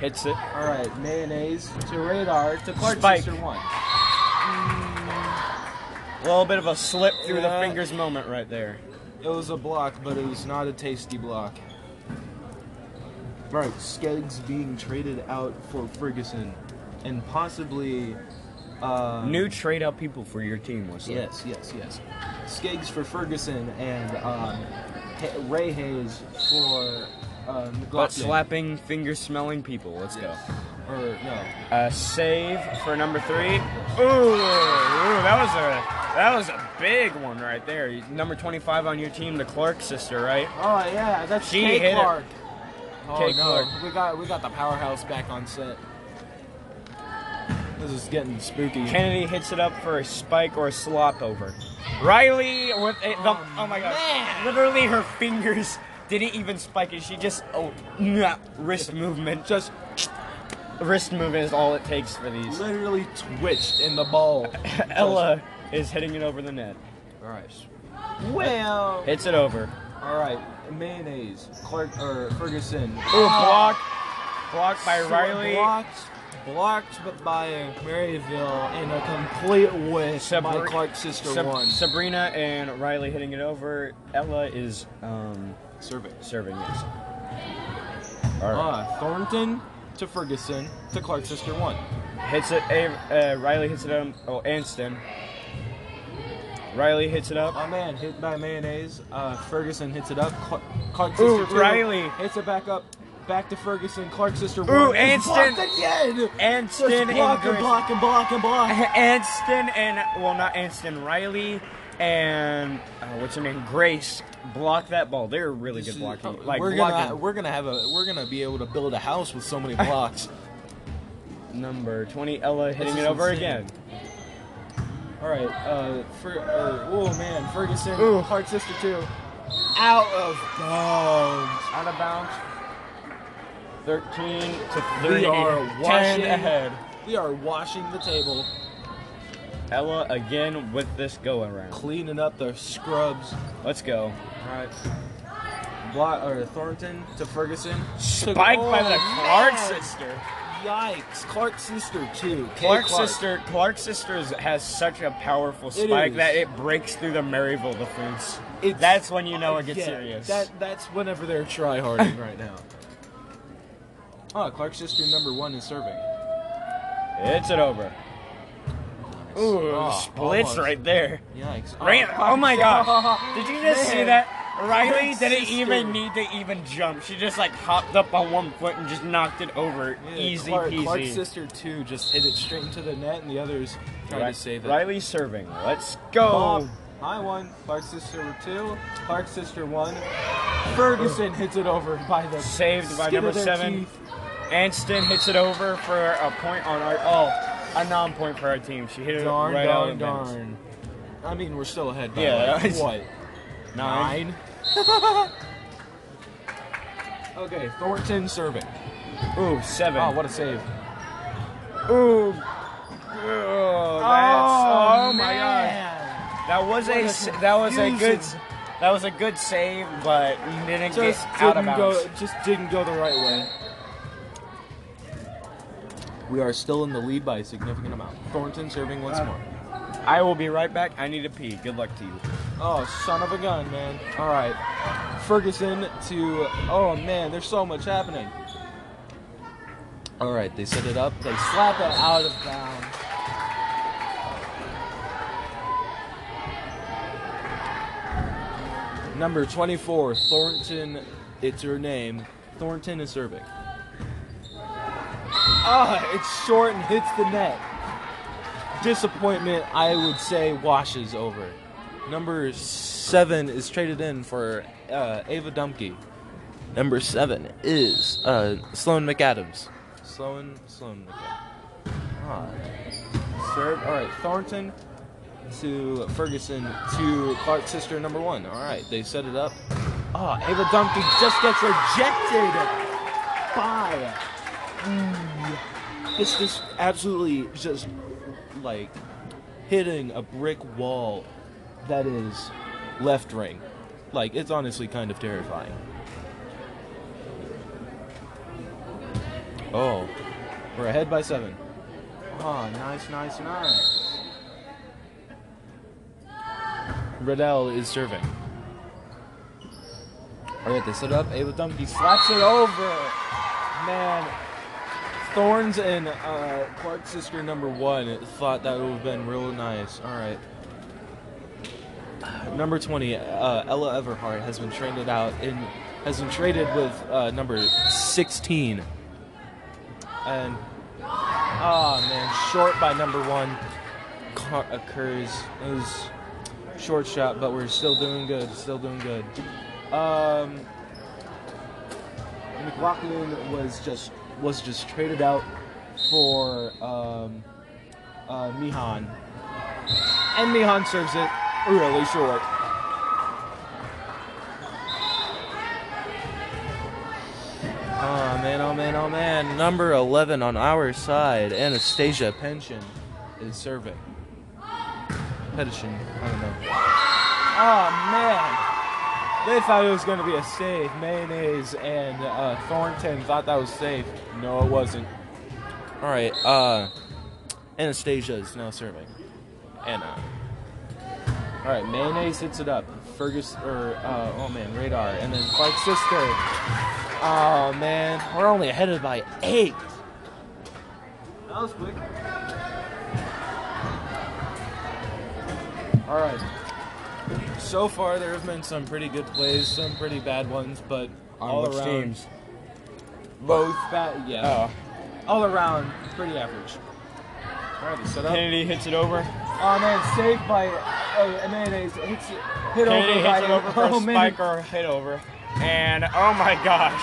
hits it. All right, mayonnaise to radar to Clark Spike. sister one. A little bit of a slip through Yeah. the fingers moment right there. It was a block, but it was not a tasty block. Right, Skeggs being traded out for Ferguson, and possibly. Uh, New trade up people for your team, Wesley. Yes, yes, yes. Skeggs for Ferguson and um, Ha- Ray Hayes for uh, McLaughlin. Butt slapping, finger smelling people. Let's go. Or no, A Uh, save for number three. Ooh, ooh, that was a that was a big one right there. Number 25 on your team, the Clark sister, right? Oh yeah, that's She Kay hit it. Clark. Oh Kay no, Clark. we got we got the powerhouse back on set. This is getting spooky. Kennedy hits it up for a spike or a slop over. Riley with a, the, oh, my gosh, literally her fingers didn't even spike it. She just oh, nah, wrist movement, just wrist movement is all it takes for these. Literally twitched in the ball. Ella is hitting it over the net. All right, Well, Hits it over. all right. Mayonnaise, Clark or Ferguson. Ooh, block. Blocked by So Riley. Blocked, blocked by Maryville in a complete whiff by Sabri- Clark's sister Sab- one. Sabrina and Riley hitting it over. Ella is um, Serving. serving, yes. All right. Uh, Thornton to Ferguson to Clark's sister one. hits it. A- uh, Riley hits it up. Oh, Anston. Riley hits it up. My man hit by mayonnaise. Uh, Ferguson hits it up. Clark, Clark Ooh, sister two, Riley. hits it back up. Back to Ferguson. Clark sister one. Ooh, It's Anston. blocked again. Just Anston and block and Grace. block and block and block. Anston and well, not Anston. Riley and uh, what's her name? Grace block that ball. They're really good blocking. Like oh, we're blocking. gonna we're gonna have a we're gonna be able to build a house with so many blocks. Number 20, Ella hitting is it over insane. again. All right. Uh, Fer- er, uh, oh man, Ferguson. Ooh. Clark sister two. Out of bounds. Out of bounds. 13 to 3. We are 10 washing ahead. We are washing the table, Ella again with this go around. cleaning up the scrubs. Let's go. Alright. Block or Thornton to Ferguson. Oh, Spiked by the Clark sister. Yikes! Clark's sister too. Kay Clark's Clark. sister, Clark's sisters has such a powerful It spike is. that it breaks through the Maryville the foods. It's- That's when you know it gets Yeah, serious. That that's whenever they're tryharding right now. Oh, Clark's sister number one is serving. it's it over. Ooh, Oh, splits almost. right there. Yikes! Oh, Ram- oh my gosh! Did you just see Man. that? Riley Good didn't sister. even need to even jump. She just like hopped up on one foot and just knocked it over. Yeah, Easy Clark, peasy. Clark's sister two just hit it straight into the net, and the others tried Ri- to save it. Riley serving. Let's go. Bob, I won. Clark's sister two. Clark's sister one. Ferguson hits it over by the Saved by skin number of their seven. teeth. Anston hits it over for a point on our oh, a non-point for our team. She hit it Darn, right out darn, of bounds. darn. I mean, we're still ahead by Yeah, like, it's- what Nine. Okay, Thornton serving. Ooh, seven. Oh, what a save! Ooh. Ooh, that's, oh, my gosh. god! That was a a s- that was a good confusing- that was a good save, but didn't Just get out of didn't bounds. go. Just didn't go the right way. We are still in the lead by a significant amount. Thornton serving once more. I will be right back. I need to pee. Good luck to you. Oh, son of a gun, man. All right. Ferguson to. Oh, man, there's so much happening. All right, they set it up. They slap it out of bounds. Number 24, Thornton. It's her name. Thornton is serving. Ah, it's short and hits the net disappointment, I would say, washes over. Number seven is traded in for uh, Ava Dumke. Number seven is uh, Sloan McAdams. Sloan, Sloan McAdams. Ah. Serve. All right, Thornton to Ferguson to Clark's sister, number one. All right, they set it up. Ah, Ava Dumke just gets rejected by. It's just absolutely just like hitting a brick wall that is left ring. Like it's honestly kind of terrifying. Oh, we're ahead by seven. Oh, nice, nice, nice. Riddell is serving. All right, they set up. Ava Dumke slaps it over. Man, Thorns and uh, Clark's sister number one thought that would have been real nice. All right. Number 20, uh, Ella Everhart has been traded out and has been traded with uh, number 16. And, ah, man, short by number one Car- occurs. It was short shot, but we're still doing good. Still doing good. Um, McLaughlin was just was just traded out for um, uh, Mihan, and Mihan serves it really short. Oh man! Oh man! Oh man! Number eleven on our side, Anastasia Pension is serving. Pension, I don't know. Oh man! They thought it was going to be a save. Mayonnaise and uh, Thornton thought that was safe. No, it wasn't. All right. Uh, Anastasia is now serving. Anna. All right. Mayonnaise hits it up. Fergus or uh, oh man, radar, and then Clark's sister. Oh man, we're only ahead by eight. That was quick. All right. So far, there have been some pretty good plays, some pretty bad ones, but all which around, teams? both bad. Yeah, Oh. all around, pretty average. All right, they set up. Kennedy hits it over. Oh man, saved by oh, mayonnaise. Hits, hit Kennedy over hits by it over for oh, a man. spike or a hit over. And oh my gosh.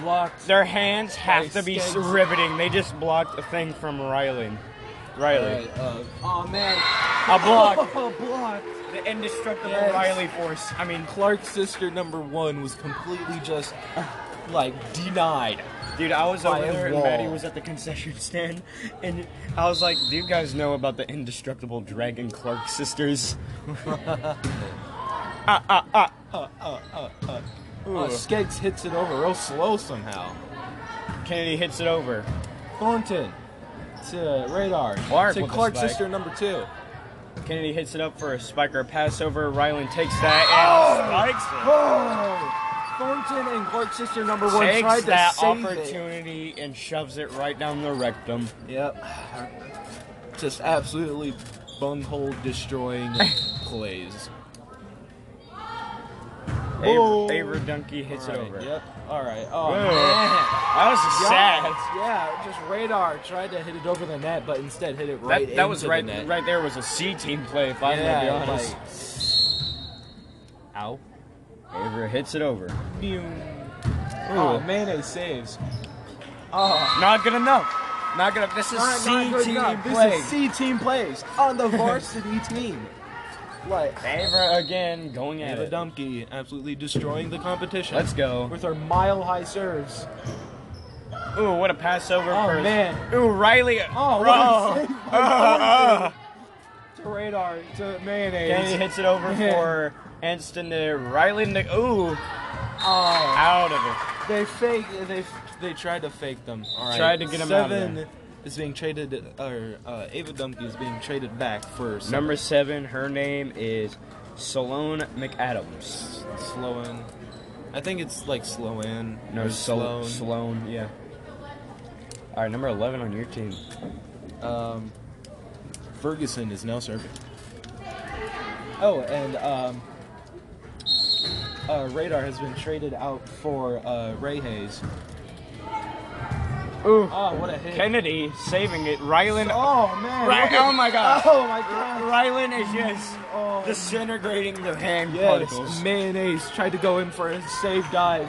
Blocked. Their hands have They to be skates. riveting. They just blocked a thing from Riley. All Riley. right, uh, oh man, A block. Oh, blocked. the indestructible Yes. Riley force. I mean, Clark's sister number one was completely just like denied. dude, I was By over a there and wall. Maddie was at the concession stand. And I was like, do you guys know about the indestructible Dragon Clark sisters? Uh, Skeggs hits it over real slow somehow. Kennedy hits it over. Thornton to radar. Clark to with a Clark spike. sister number two. Kennedy hits it up for a spike or a pass over. Ryland takes that and spikes it. Oh, Thornton and Clark sister number one tried takes to that save it. opportunity and shoves it right down the rectum. Yep. Just absolutely bunghole destroying plays. Aver, Aver Dunkey hits it All right, over. Yep. All right. Oh Whoa. man. That was just sad. Yeah, yeah, just radar tried to hit it over the net, but instead hit it right. That, that was into right. The net. Right there was a C team play. If I'm Yeah, gonna be honest. like- Ow. Aver hits it over. oh, mayonnaise saves. Oh, Not good enough. Not good enough. This is not- C not good team enough. play. This is C team plays on the varsity team. Like Aver again going at Ava it. Dumpke absolutely destroying the competition. Let's go. with her mile high serves. Ooh, what a pass over Oh, for man. Ooh, Riley. Oh, what a bro. save by To radar, to Kennedy mayonnaise. hits it over Man. for Anston to Riley. Nick. Ooh, Oh, out of it. They fake. They they tried to fake them. All right. Tried to get 'em out of Seven there. is being traded, or uh, Ava Dumke is being traded back for some Number seven. Her name is Salone McAdams. Sloan. I think it's like Sloan. No, or Sloan. Sloan. Sloan. Yeah. All right, number eleven on your team. um, Ferguson is now serving. Oh, and um, uh, Radar has been traded out for uh, Ray Hayes. Ooh. Oh, what a hit! Kennedy saving it. Ryland. oh man! Ry- oh my God. Oh my God! Ryland is just Oh, disintegrating the hand Yes, particles. mayonnaise tried to go in for a save dive,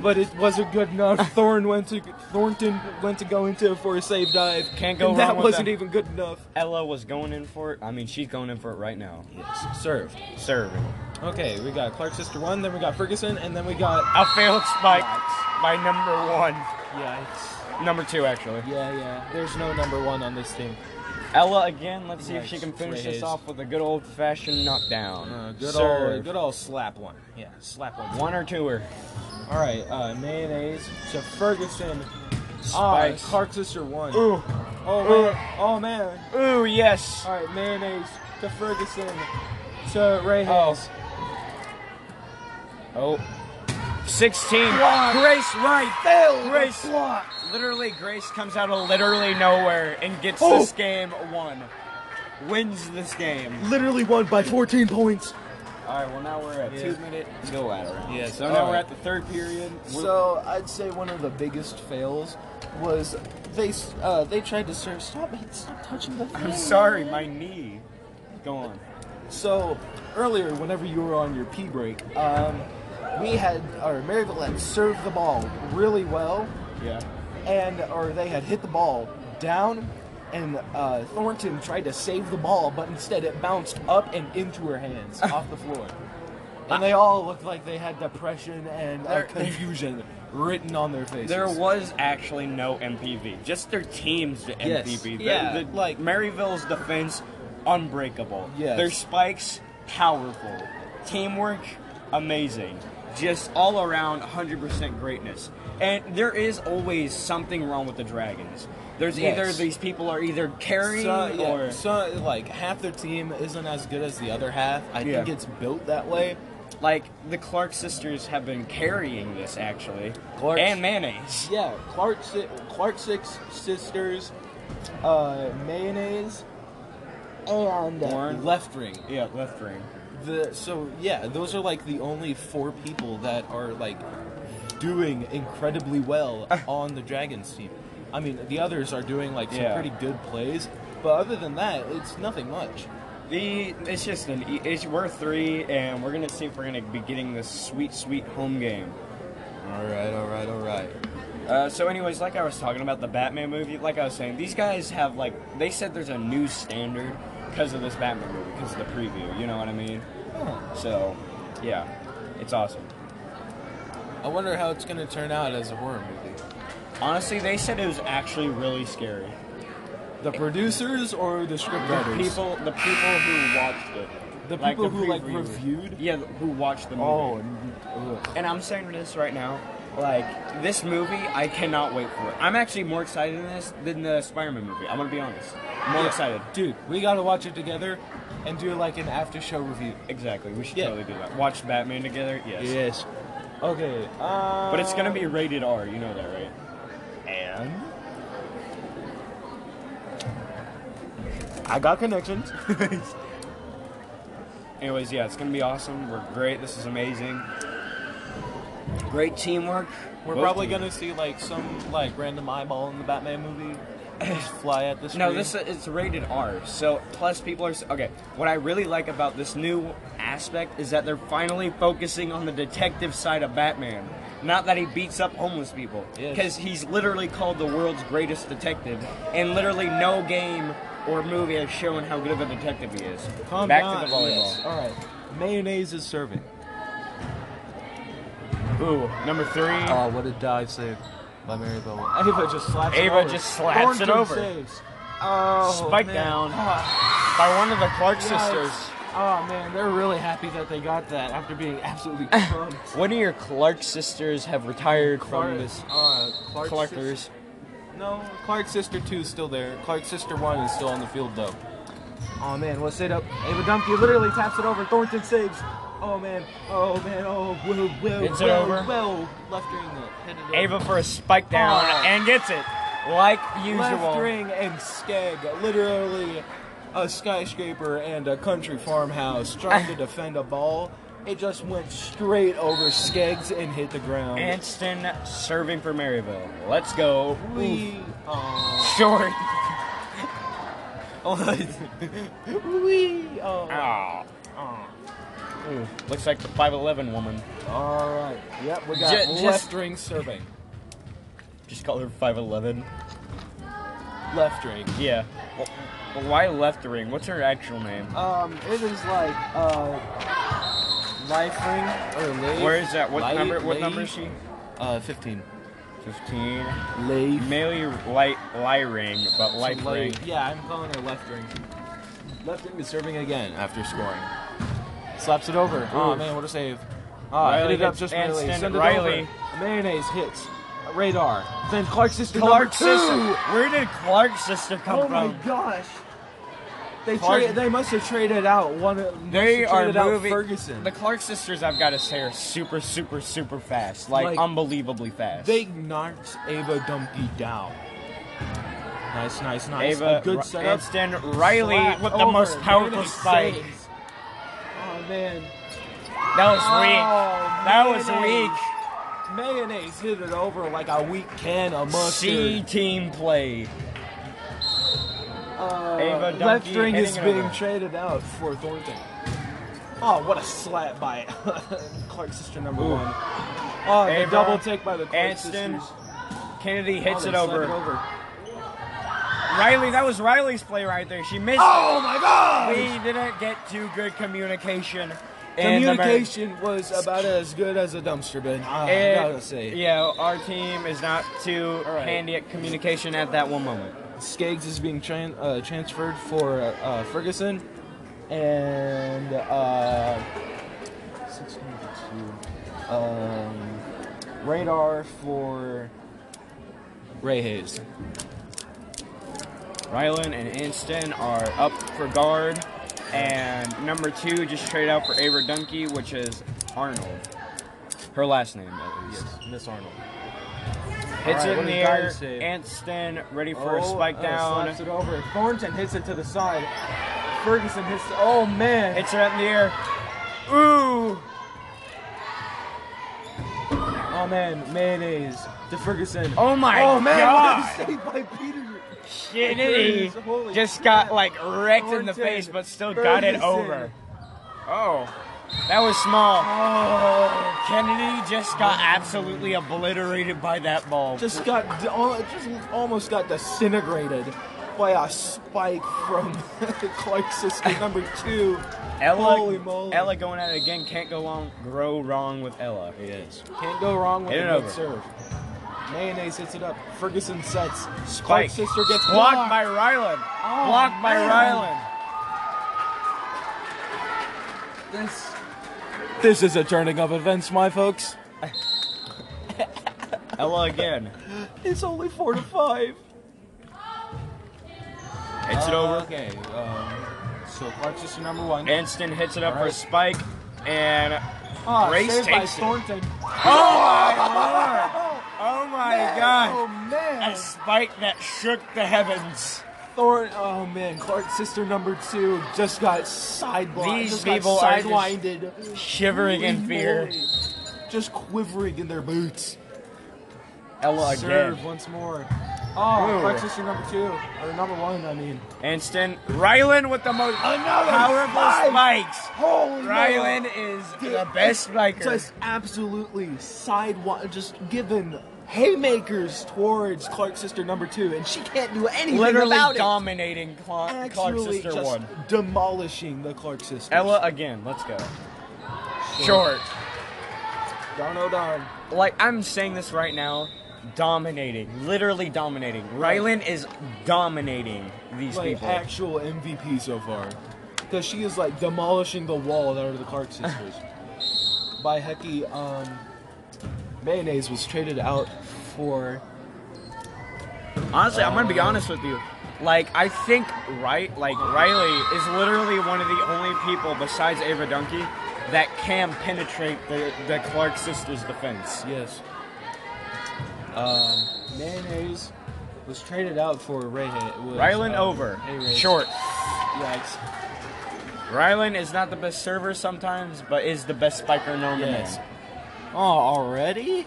but it wasn't good enough. Thorn went to Thornton went to go into it for a save dive. Can't go and wrong That with wasn't that. even good enough. Ella was going in for it. I mean, she's going in for it right now. Yes, served. Serving. Okay, we got Clark sister one, then we got Ferguson, and then we got A failed spike Yikes. by number one. yikes. Number two, actually. Yeah, yeah. There's no number one on this team. Ella again. Let's see if she Yikes. can finish Raise. this off with a good old fashioned knockdown. Uh, good Serve. old, good old slap one. Yeah, slap one. One or twoer. All right, uh, mayonnaise to Ferguson. Ah, Spikes. Clark sister one. Ooh. Oh man. Oh man. Ooh, yes. All right, mayonnaise to Ferguson to Ray Oh. Hayes. Oh. 16. Block. Grace Wright. Failed. Grace. block. Literally, Grace comes out of literally nowhere and gets Oh. this game won. Wins this game. Literally won by 14 points. All right, well, now we're at Yeah. two minute go at around. Yes, So now all we're right. at the third period. We're- So I'd say one of the biggest fails was they s- uh, they tried to serve. Stop it! Stop touching the. I'm thing. sorry, my knee. Go on. So earlier, whenever you were on your pee break, um, we had or Maryville had served the ball really well, Yeah. and or they had hit the ball down, and uh, Thornton tried to save the ball, but instead it bounced up and into her hands off the floor. And they all looked like they had depression and uh, There- confusion written on their faces. There was actually no MPV. Just their teams to Yes. MPV. The- Yeah, the- like- Maryville's defense, unbreakable. Yes. Their spikes, powerful. Teamwork, amazing. Just all around 100% greatness. And there is always something wrong with the Dragons. There's Yes. either these people are either carrying So, yeah, or so, like half their team isn't as good as the other half. I think Yeah. it's built that way. like the Clark sisters have been carrying this actually. Clark's- And mayonnaise. Yeah, Clark si- Clark Six Sisters, uh, mayonnaise, and Warren. left ring. Yeah, left ring. The so yeah, those are like the only four people that are like doing incredibly well on the Dragons team. I mean, the others are doing like some Yeah. pretty good plays, but other than that, it's nothing much. The it's just an e- it's, we're three and we're gonna see if we're gonna be getting this sweet sweet home game. All right, all right, all right. Uh, so, anyways, like I was talking about the Batman movie, like I was saying, these guys have like they said there's a new standard because of this Batman movie because of the preview. You know what I mean? So, yeah, it's awesome. I wonder how it's gonna turn out as a horror movie. Honestly, they said it was actually really scary. The producers or the scriptwriters? People, the people who watched it, The Like, people who like preview. reviewed. yeah, who watched the movie. Oh, and- ugh. And I'm saying this right now. Like this movie, I cannot wait for it. I'm actually more excited than this than the Spider-Man movie. I'm gonna be honest. More Yeah. excited. Dude, we gotta watch it together and do like an after show review. Exactly. We should Yeah. totally do that. Watch Batman together. Yes. Yes. Okay, uh. But it's gonna be rated R. You know that, right? And I got connections. Anyways, yeah, it's gonna be awesome. We're great. This is amazing. Great teamwork. We're Both probably teams. gonna see like some like random eyeball in the Batman movie just fly at this. No, this it's rated R. So plus people are s- okay. What I really like about this new aspect is that they're finally focusing on the detective side of Batman. Not that he beats up homeless people, Yes. because he's literally called the world's greatest detective, and literally no game or movie has shown how good of a detective he is. Back to the volleyball. All right, mayonnaise is serving. Ooh, number three. Oh, what a dive save by Mary Bell. Ava just slaps. Ava it over. just slaps it Thornton over. Saves. Oh, Spike man. down Ah, by one of the Clark yikes. sisters. Oh man, they're really happy that they got that after being absolutely pumped. One of your Clark sisters have retired Clark, from this uh, Clark's Clarkers. sis- No, Clark's sister two is still there. Clark's sister one is still on the field though. Oh man, what's it up? Ava Dumpke literally taps it over. Thornton saves. Oh man, oh man, oh whoa, whoa, It's whoa, over. whoa. Left ring, uh, headed over. Ava for a spike down Oh. and gets it, like usual. Left ring and Skeg, literally a skyscraper and a country farmhouse trying to defend a ball. It just went straight over Skeggs and hit the ground. Anston serving for Maryville. Let's go. we, oh, Short. we, oh. Ow. Ooh, looks like the 5'11 woman. All right. Yep, we got Ju- left just- ring serving. Just call her 5'11. Left ring. Yeah. Well, why left ring? What's her actual name? Um, it is like uh, life ring or lay. Where is that? What Light- number? What lay- number is she? Uh, fifteen. 15. Lay. Mainly light, light ring, but light ring. Yeah, I'm calling her left ring. Left ring is serving again after scoring. Slaps it over. Oh Ooh. man, what a save! Ah, Riley ended up hits just merely. Anston. Send it Riley. over. Mayonnaise hits. Radar. Then Clark sister Clark number two. sister. Where did Clark sister come Oh from? my gosh. They Clark- tra- they must have traded out one. must have They are traded out moving. Ferguson. The Clark sisters, I've got to say, are super, super, super fast. Like, Like- unbelievably fast. They knocked Ava Dumpy down. Nice, nice, nice. Ava, a good Ri- setup. Instant Riley Slap with the over. most powerful Mayonnaise spike. saves. Oh man. That was weak. Oh, That was mayonnaise. weak. Mayonnaise hit it over like a weak can of mustard. C team play. Uh, Ava Dumpy left ring is hitting it being over. traded out for Thornton. Oh, what a slap by Clark sister number Ooh. one. Oh, Ava, the double take by the Clark Anston, sisters. Kennedy Oh, hits they it slap over. Riley, that was Riley's play right there. She missed. Oh my it. God! We didn't get too good communication. in the mar- Communication was about as good as a dumpster bin. Ah, I And, gotta say. Yeah, our team is not too right. handy at communication at that one moment. Skeggs is being tran- uh, transferred for uh, uh, Ferguson, and uh, 1652, um, radar for Ray Hayes. Rylan and Anston are up for guard. And number two just trade out for Ava Dunkey, which is Arnold. Her last name, at least. Miss Arnold. Hits All right, it in what the a dive air. save. Anston ready for a Oh, spike uh, down. slaps it over. Thornton hits it to the side. Ferguson hits. Oh man! Hits it up in the air. Ooh! oh man! Mayonnaise to Ferguson. Oh my Oh man! god! What a save by Peter. Kennedy Goodness, holy just crap. got like wrecked in the Thornton, face, but still got it Ferguson. over. Oh, that was small. Oh. Kennedy just got absolutely obliterated by that ball. Just got d- al- just almost got disintegrated by a spike from Clark sister number two. Ella, Holy moly! Ella going at it again. Can't go wrong. Grow wrong with Ella. Yes. Can't go wrong with Hit it a over. good serve. Mayonnaise hits it up. Ferguson sets. Spike. Clark sister gets blocked, blocked. by Rylan. Oh, blocked by man. Rylan. This. This is a turning of events, my folks. Ella again. It's only four to five. Hits it over. Uh, Okay. Um, so Clark's just your number one. Anston hits it up for Alright. Spike. And Ah, Grace saved by takes it. Thornton. oh my Oh god, man. a spike that shook the heavens. Thorn. Oh man. Clark's sister number two just got sidelined. These just got people are just sidewinded. shivering in Holy fear. moly. Just quivering in their boots. Ella Serve again. once more. Oh, Ooh. Clark's sister number two or number one. I mean. Anston. Rylan with the most Another powerful spike. spikes. Holy Rylan is the best biker. Just absolutely sidewind, just given haymakers towards Clark's sister number two, and she can't do anything literally about it. dominating Cla- Clark's Actually, sister just one. demolishing the Clark sisters. Ella again. Let's go. Short. darn oh darn. Like I'm saying this right now, dominating. Literally dominating. Rylan is dominating these Like people. actual MVP so far, because she is like demolishing the wall that are the Clark sisters. By Hecky, um, mayonnaise was traded out for. Honestly, I'm gonna be honest with you. Like, I think right, like Riley is literally one of the only people besides Ava Dunkey that can penetrate the, the Clark sisters' defense. Yes. Um, mayonnaise was traded out for Ray. Was, Rylan um, over, Hey Ray. short. Yikes. Rylan is not the best server sometimes, but is the best spiker known Yes. to man. Oh, already?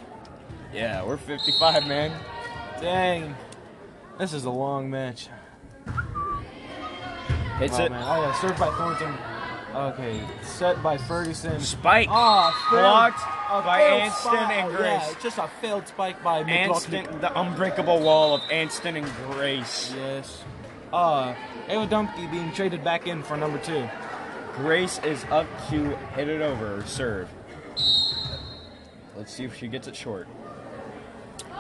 Yeah, we're 55, man. Dang. This is a long match. Hits oh, it. Man. Oh yeah, served by Thornton. Okay, set by Ferguson. Spike Ah, failed- blocked a by failed Anston spike. and Yeah, Grace. just a failed spike by McLaughlin. Anston, the unbreakable wall of Anston and Grace. Yes. Uh, Ava Dumpke being traded back in for number two. Grace is up to hit it over, serve. Let's see if she gets it short.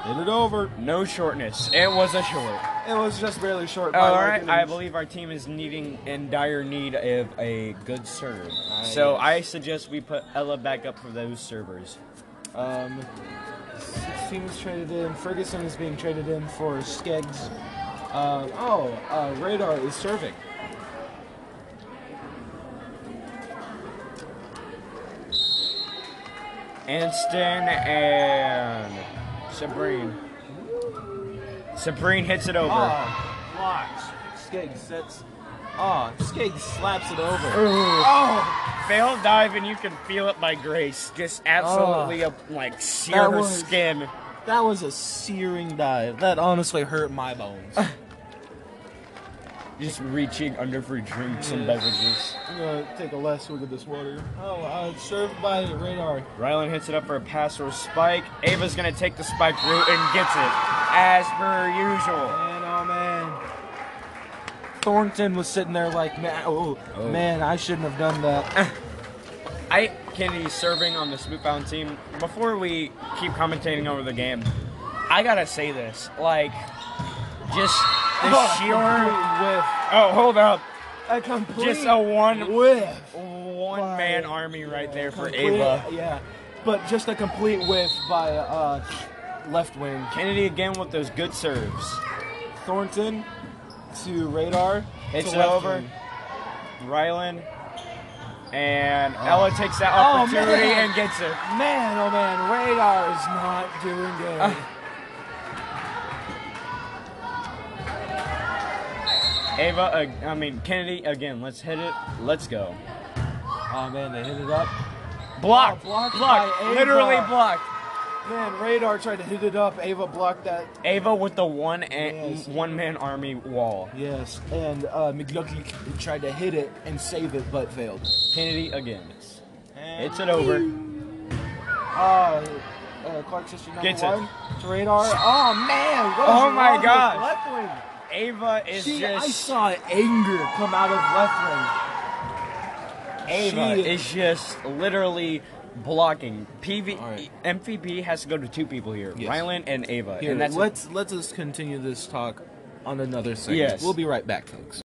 Hit it over. No shortness. It was a short. It was just barely short. by All like right, an I inch. believe our team is needing in dire need of a good serve. Ah, So yes. I suggest we put Ella back up for those servers. Um, Seamus traded in. Ferguson is being traded in for Skeggs. Um, oh, uh, Radar is serving. Anston and Sabrine. Sabrine hits it over. Oh, blocks. Skeggs sets. Oh, Skeggs slaps it over. Oh! Failed dive, and you can feel it by Grace. Just absolutely, uh, like, sear Oh. That her was- skin. That was a searing dive. That honestly hurt my bones. Just reaching under for drinks and Yeah. beverages. I'm gonna take a last swig of this water. Oh, uh, it's served by Radar. Rylan hits it up for a pass or a spike. Ava's gonna take the spike route and gets it, as per usual. Man, oh man. Thornton was sitting there like, man, oh, Oh. man, I shouldn't have done that. I Kennedy serving on the Spookbound team. Before we keep commentating over the game, I gotta say this. Like, just the sheer. Complete Oh, hold up. whiff. A complete Just a one whiff. one man By- army right yeah, there for complete- Ava. Yeah, but just a complete whiff by uh, left wing Kennedy again with those good serves. Thornton to radar. Hits to it left over. wing. Rylan and Ella takes that Oh, opportunity man. and gets it. Man, oh man, radar is not doing good. Uh. Ava, uh, I mean Kennedy again. Let's hit it. Let's go. oh man, they hit it up. Block, Oh, blocked block, by Ava. literally blocked. Man, radar tried to hit it up. Ava blocked that. Ava with the one and Yes. one man army wall. Yes, and uh, McLucky tried to hit it and save it, but failed. Kennedy again. It's it over. Uh, uh, Clark sister number Gets it. one to radar. Oh man! what Oh, is my wrong with gosh. Left wing. Ava is She, I just saw anger come out of left Ava she- is just literally blocking. PV All right. MVP has to go to two people here, Yes. Rylan and Ava, wing. Here, and that's let's let us continue this talk on another segment. Yes. We'll be right back, folks.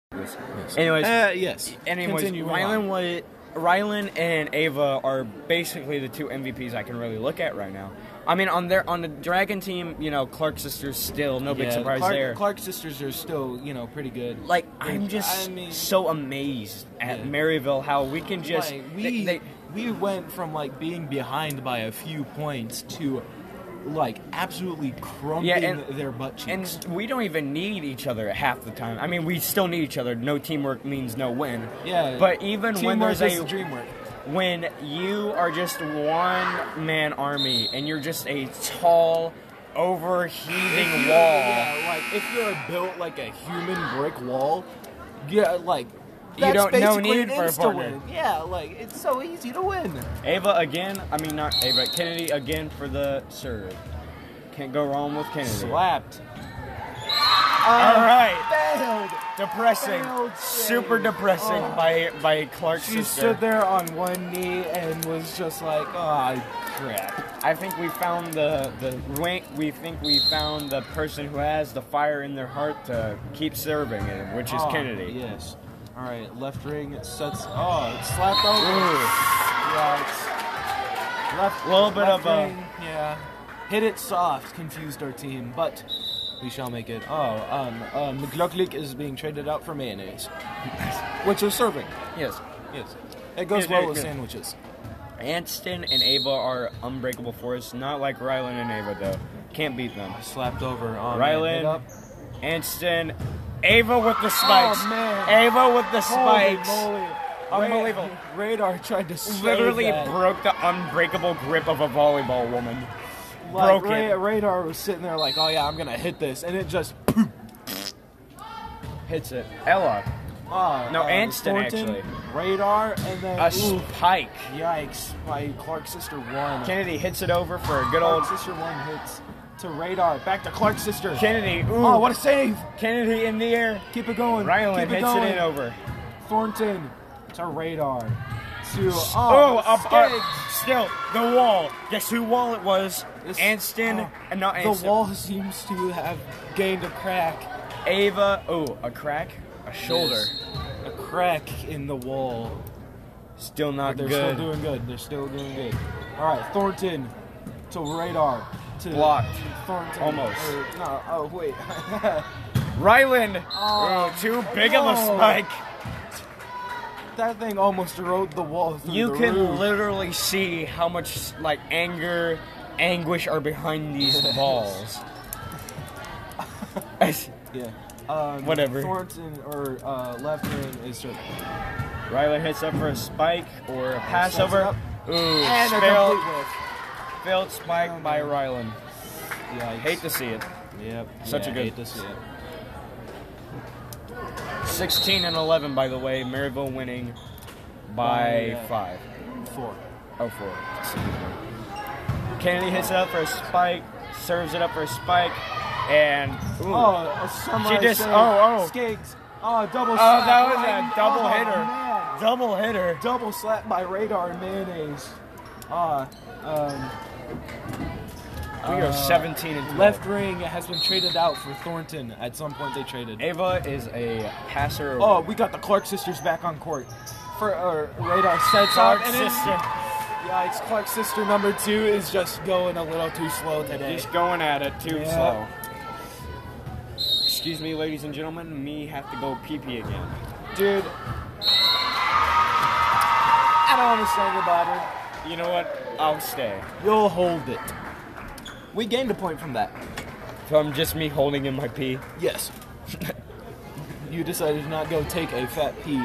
Anyways, Uh, yes. anyways, Continue Rylan on. was Rylan and Ava are basically the two MVPs I can really look at right now. I mean, on their on the Dragon team, you know, Clark sisters still no big Yeah, surprise Clark- there. Clark sisters are still, you know, pretty good. like I'm just I mean- so amazed at Yeah. Maryville how we can just Like, they- we they- we went from like being behind by a few points to like absolutely crumbling Yeah, and- their butt cheeks. and we don't even need each other half the time. I mean, we still need each other. No teamwork means no win. yeah, But even when teamwork there's is a the dream work. when you are just one man army and you're just a tall, overheaving wall. Yeah, like if you're built like a human brick wall, yeah, like You that's don't- no basically need an for a insta partner. win. Yeah, like it's so easy to win. Ava again. I mean, not Ava. Kennedy again for the serve. Can't go wrong with Kennedy. Slapped. Um, All right. Failed. Depressing. Failed save. Super depressing Oh. by by Clark's She sister. stood there on one knee and was just like, oh crap. I think we found the the rank. We think we found the person who has the fire in their heart to keep serving it, which is Oh, Kennedy. Yes. All right, left ring sets. Oh, it's slapped over. Yeah, it's left. A little bit of left a- ring, yeah. Hit it soft, confused our team, but we shall make it. Oh, um, uh, McLaughlin is being traded out for mayonnaise, which is serving. Yes. Yes, it goes Yes, well yes, with yes. sandwiches. Anston and Ava are unbreakable force. Not like Rylan and Ava though. Can't beat them. Slapped over. Oh, man, hit Rylan, up. Anston, Ava with the spikes. Oh, man. Ava with the Holy spikes. moly. Unbelievable. Ra- radar tried to save Literally that. broke the unbreakable grip of a volleyball woman. Like, broke it. Ra- radar was sitting there like, oh yeah, I'm gonna hit this, and it just poof. Hits it. Ella, Ah, No, uh, Anston, Thornton, actually. Radar and then a ooh, spike. yikes! My Clark sister one. Kennedy hits it over for a good Clark old. sister one hits to radar. Back to Clark sister. Kennedy, ooh, Oh, what a save! Kennedy in the air. Keep it going. Ryland Keep it hits going. it in over. Thornton to radar. To Oh, oh, up, Skaggs. up. Still, the wall. Guess who wall it was? This- Anston, oh, and not The Anston. wall seems to have gained a crack. Ava, ooh, a crack, a shoulder. Yes. A crack in the wall. Still not But they're good. still doing good. They're still doing good. All right, Thornton to radar to Blocked. Thornton Almost. or- no. Oh wait. Ryland, Oh, ooh, too big of a no. spike. that thing almost erode the wall. Through You the can roof. literally see how much like anger, anguish are behind these Yes. balls. Yeah. Um, Whatever. Thornton or uh, left wing is certain. Ryler hits up for a spike or a pass Sets it over. up. Ooh, And a failed, complete Oh, whiff. failed spike by Ryland. Yikes. Hate to see it. Yep. Such a yeah, good- Hate to see it. 16 and 11, by the way. Maryville winning by By, uh, five. Four. Oh, four. Excuse me. Kennedy hits it up for a spike, serves it up for a spike, and ooh, Oh, a samurai She just- save. oh, oh. Skiggs. Oh, double. Oh, slap. that was Right- a double oh, hitter. man. double hitter. double slap by radar and mayonnaise. Ah, um, We are 17 and 12. Uh, left ring has been traded out for Thornton. At some point, they traded. Ava is a passer. Oh, we got the Clark sisters back on court. For uh, radar sets Clark up. and it- sister. Yikes! Clark sister number two is just going a little too slow today. Just going at it too Yeah. slow. Excuse me, ladies and gentlemen. Me have to go pee pee again. Dude, I don't want to say about her. You know what? I'll stay. You'll hold it. We gained a point from that. From just me holding in my pee. Yes. you decided to not go take a fat pee,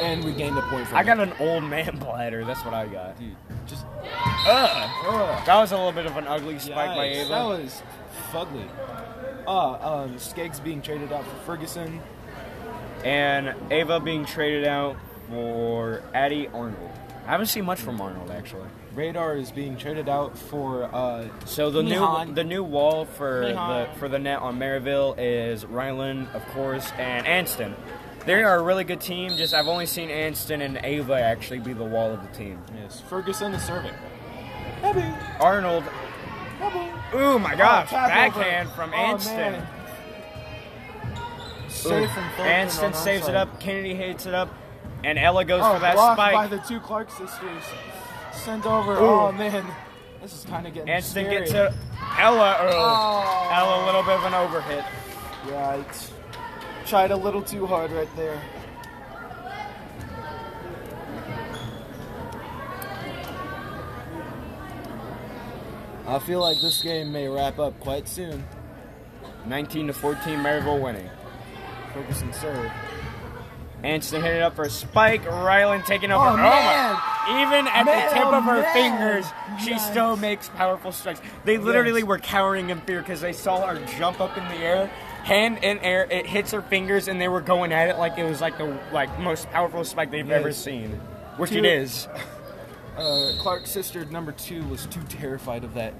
and we gained a point from I it. got an old man bladder. That's what I got. Dude, just Ugh. ugh. That was a little bit of an ugly spike by Yikes, Ava. That was fugly. Uh, um, Skeggs being traded out for Ferguson. and Ava being traded out for Addie Arnold. I haven't seen much from Arnold actually. Radar is being traded out for uh, So the new Mihan. the new wall for Mihan. the for the net on Maryville is Ryland, of course, and Anston. They are a really good team. Just I've only seen Anston and Ava actually be the wall of the team. yes Ferguson is serving. Arnold. Ooh my gosh! Oh, tap backhand over. from Oh, Anston. man. Save from Oh, Thornton on Anston our saves it side. up. Kennedy hits it up. and Ella goes Oh, for that blocked spike. by the two Clark sisters. Sent over. Oh man, this is kind of getting and to scary. get to Ella, oh, Oh. Ella, a little bit of an overhit. Right. Tried a little too hard right there. I feel like this game may wrap up quite soon. 19 to 14, Maryville winning. Focus and serve. Anston hitting up for a spike. Ryland taking over. Oh, my- man. Even at Man, the tip oh, of her man. fingers, she Nice. still makes powerful strikes. They literally Yes. were cowering in fear because they saw her jump up in the air, hand in air. It hits her fingers, and they were going at it like it was like the like most powerful spike they've ever Yes. seen. Which Two- it is. Uh, Clark's sister number two was too terrified of that.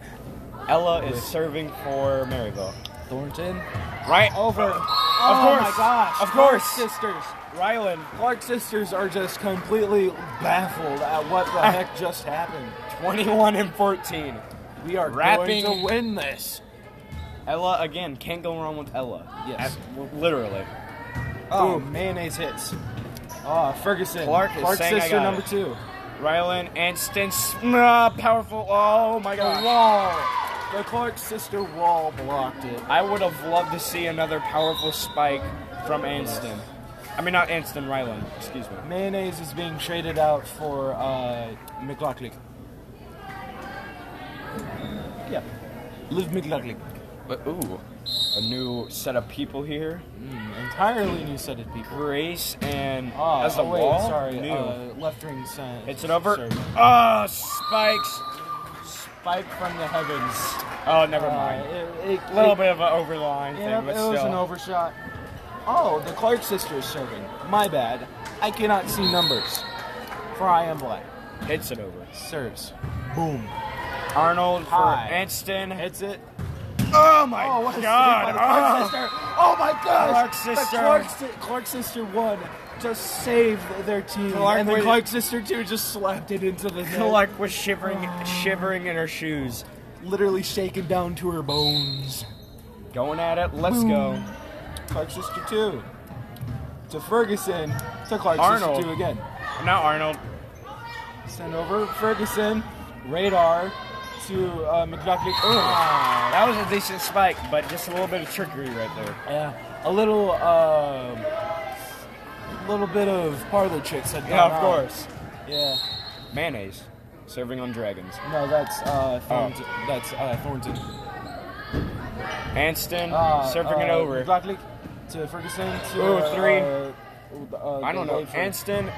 Ella is serving for Maryville. Thornton. Right over. Of course. Oh, my gosh. Of Clark's course. sisters. Ryland, Clark sisters are just completely baffled at what the heck just happened. 21 and 14. We are Wrapping- going to win this. Ella again can't go wrong with Ella. Yes. Ab- literally. Oh, mayonnaise hits. Ah, Ferguson. Clark is saying I sister got number it. two. Rylan and Stins. Ah, powerful. Oh my The god. wall. The Clark sister wall blocked it. I would have loved to see another powerful spike from Anston. I mean, not Anston, Rylan. Excuse me. Mayonnaise is being traded out for uh, McLaughlin. Yep. Liv McLaughlin. But ooh, a new set of people here. Entirely new set of people. Grace and Ah, as a oh, wait, wall. sorry. New. Uh, left ring sign. It's an over. Sorry. Ah, spikes. Spike from the heavens. Oh, never Uh, mind. it, it, A little it- bit of an overline Yeah, thing, but it was still. an overshot. Oh, the Clark sisters serving. My bad. I cannot see numbers. For I am black. hits it over. Serves. Boom. Arnold for High. Anston. Hits it. Oh my Oh, what a god! save by the Clark Oh. sister. Oh my gosh. Clark The sister. Clark, si- Clark sister won to save their team. Clark and the was- Clark sister two just slapped it into the net. Clark was shivering, shivering in her shoes. Literally shaken down to her bones. Going at it. Let's go. Clark sister two. To Ferguson. To Clark Arnold. sister two again. Now Arnold. Send over Ferguson, radar to uh, McLaughlin. That was a decent spike, but just a little bit of trickery right there. yeah, a little, um, little bit of parlor tricks. had Yeah, gone of on. course. Yeah, Mayonnaise, serving on dragons. no, that's uh, Thornton. Oh. That's uh, Thornton. Anston Uh, Ah, serving it uh, over. McLaughlin to Ferguson to Ooh, three. Uh, uh, I don't the know. late for- Anston.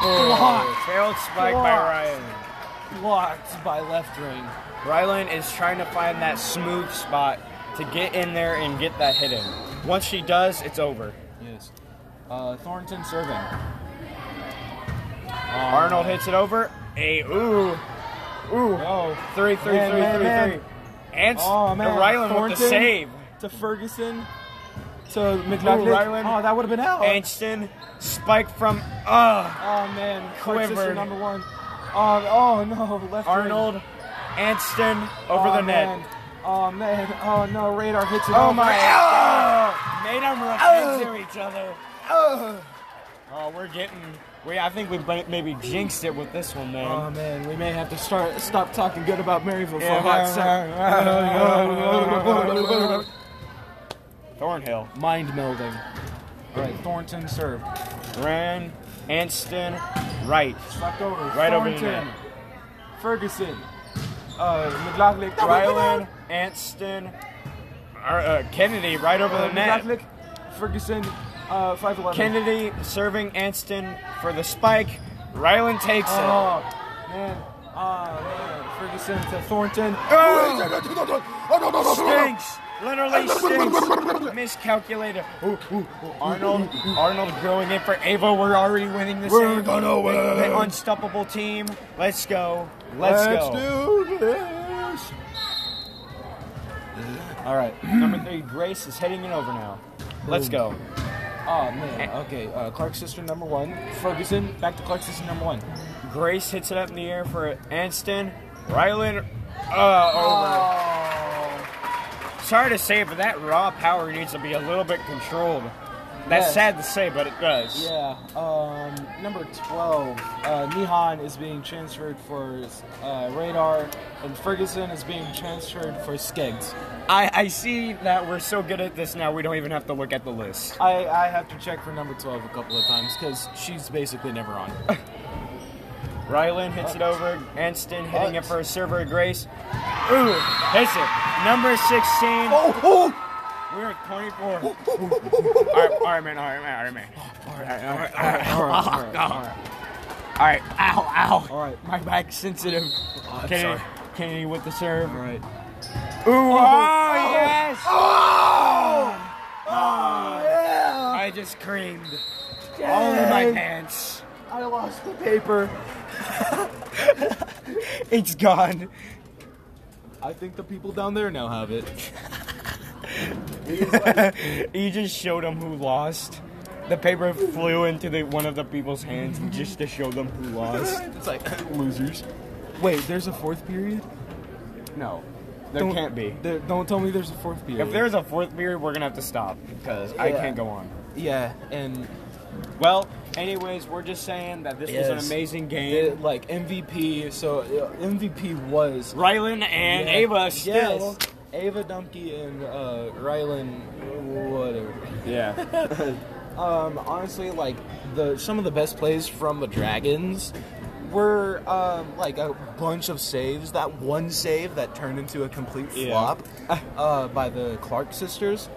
Blocked. Failed spike by Blocked. Ryan. blocked by left ring. Rylan is trying to find that smooth spot to get in there and get that hit in. Once she does, it's over. Yes, uh, Thornton serving. Arnold hits it over. A ooh. Ooh. Oh, Three, three, Man, three, man, three, man. three. And Oh, man. Rylan with the Thornton. save. to Ferguson to McLaughlin. Ryland. Oh, that would have been out. Anston, spike from uh Oh man, Clark sister Quivered. number one. Um, oh no, left wing. Arnold. Anston over Oh, the net. man. Oh man, oh no, radar hits it. Oh, over. my god! Made them run into each other. Oh, we're getting. We, I think we might- maybe jinxed it with this one, man. Oh man, we may have to start stop talking good about Maryville for Yeah, a hot second. Thornhill. Mind melding. All right, Thornton served. Ran. Anston. Right. Left over. Right over the Thornton. net. Ferguson. Uh, McLaughlin. Ryland. Anston. Ar- uh, Kennedy right over Uh, the net. McLaughlin. Ferguson. Uh, five eleven. Kennedy serving Anston for the spike. Ryland takes it. Oh, man. Oh, man. Ferguson to Thornton. Stinks. Literally stinks. Miscalculated. Ooh, ooh, ooh. Arnold. Arnold growing in for Ava. We're already winning this. We're gonna win. The unstoppable team. Let's go. Let's, go. do this. All right. Number three, Grace is heading it over now. Let's go. Oh, man. Okay. Uh, Clark sister number one. Ferguson. Back to Clark sister number one. Grace hits it up in the air for Anston. Ryland. Uh, over. Sorry to say, it, but that raw power needs to be a little bit controlled. That's Yes. sad to say, but it does. Yeah. Um, number 12, uh, Nihon is being transferred for uh, Radar, and Ferguson is being transferred for Skeggs. I, I see that we're so good at this now, we don't even have to look at the list. I, I have to check for number 12 a couple of times because she's basically never on. Rylan hits it over. Anston hitting it What? for a server of grace. Ooh, hits it. Number 16. Oh, oh! We're at 24. all, right, all right, man. All right, man. All right, man. All right, all right, all right. All right, all right, all right. All right. Ow, ow. All right. Oh, My back's sensitive. I'm Kennedy, sorry. Kennedy with the serve. All right. Ooh, oh, yes. Oh, Ah. yeah! I just creamed all in my pants. I lost the paper. It's gone. I think the people down there now have it. You just showed them who lost. The paper flew into the, one of the people's hands just to show them who lost. It's like losers. Wait, there's a fourth period? No, there Don't- can't be. There, don't tell me there's a fourth period. If there's a fourth beer, we're gonna have to stop because I Yeah. can't go on. yeah, and Well, anyways, we're just saying that this was Yes. an amazing game. it, like MVP, so uh, MVP was Rylan and Yeah. Ava still. Yes. Ava Dumpke and uh, Rylan, whatever. Yeah. Um, honestly, like the some of the best plays from the Dragons were um, like a bunch of saves. That one save that turned into a complete Yeah. flop uh, by the Clark sisters,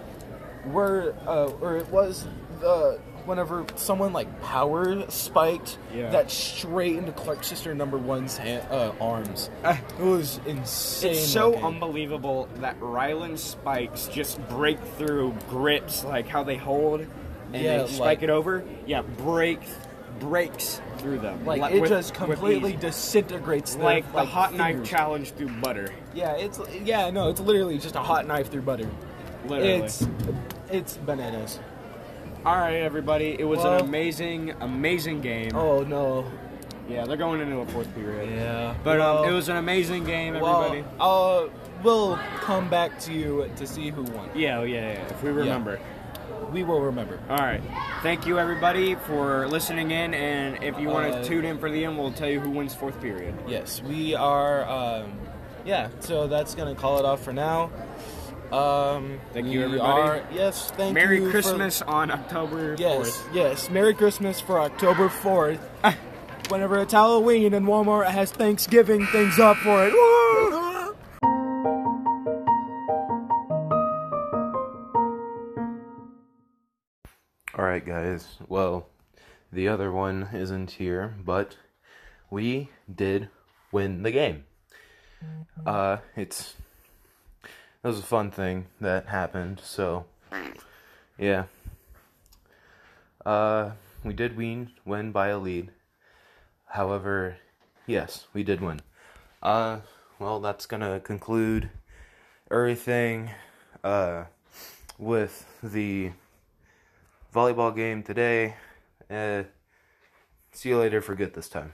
were uh, or it was the whenever someone like power spiked Yeah. that straight into Clark sister number one's hand, uh, arms. It was insane. It's so looking. unbelievable that Rylan spikes just break through grips, like how they hold and Yeah, they spike like- it over. Yeah, break breaks through them. like, Li- it with- just with completely ease. disintegrates their, like the hot knife fingers. challenge through butter. Yeah, it's yeah, no, it's literally just a hot knife through butter. Literally. It's it's bananas. All right, everybody. It was Well- an amazing, amazing game. Oh no. Yeah, they're going into a fourth period. Yeah. But um, Well- it was an amazing game, everybody. Well, uh, we'll come back to you to see who won. yeah, oh, yeah, yeah. If we remember. We will remember. All right. Thank you, everybody, for listening in. And if you want to Uh, tune in for the end, we'll tell you who wins fourth period. Yes, we are. Um, yeah. So that's gonna call it off for now. Um, Thank you, we everybody. are- yes. Thank Merry you. for- Christmas on October Yes, 4th. yes. Merry Christmas for October 4th. Whenever it's Halloween and Walmart has Thanksgiving things up for it. Woo! All right, guys. Well, the other one isn't here, but we did win the game. Uh, it's that was a fun thing that happened. So, yeah. Uh, we did win win by a lead. However, yes, we did win. Uh, well, that's gonna conclude everything. Uh, with the volleyball game today. Uh, see you later for good this time.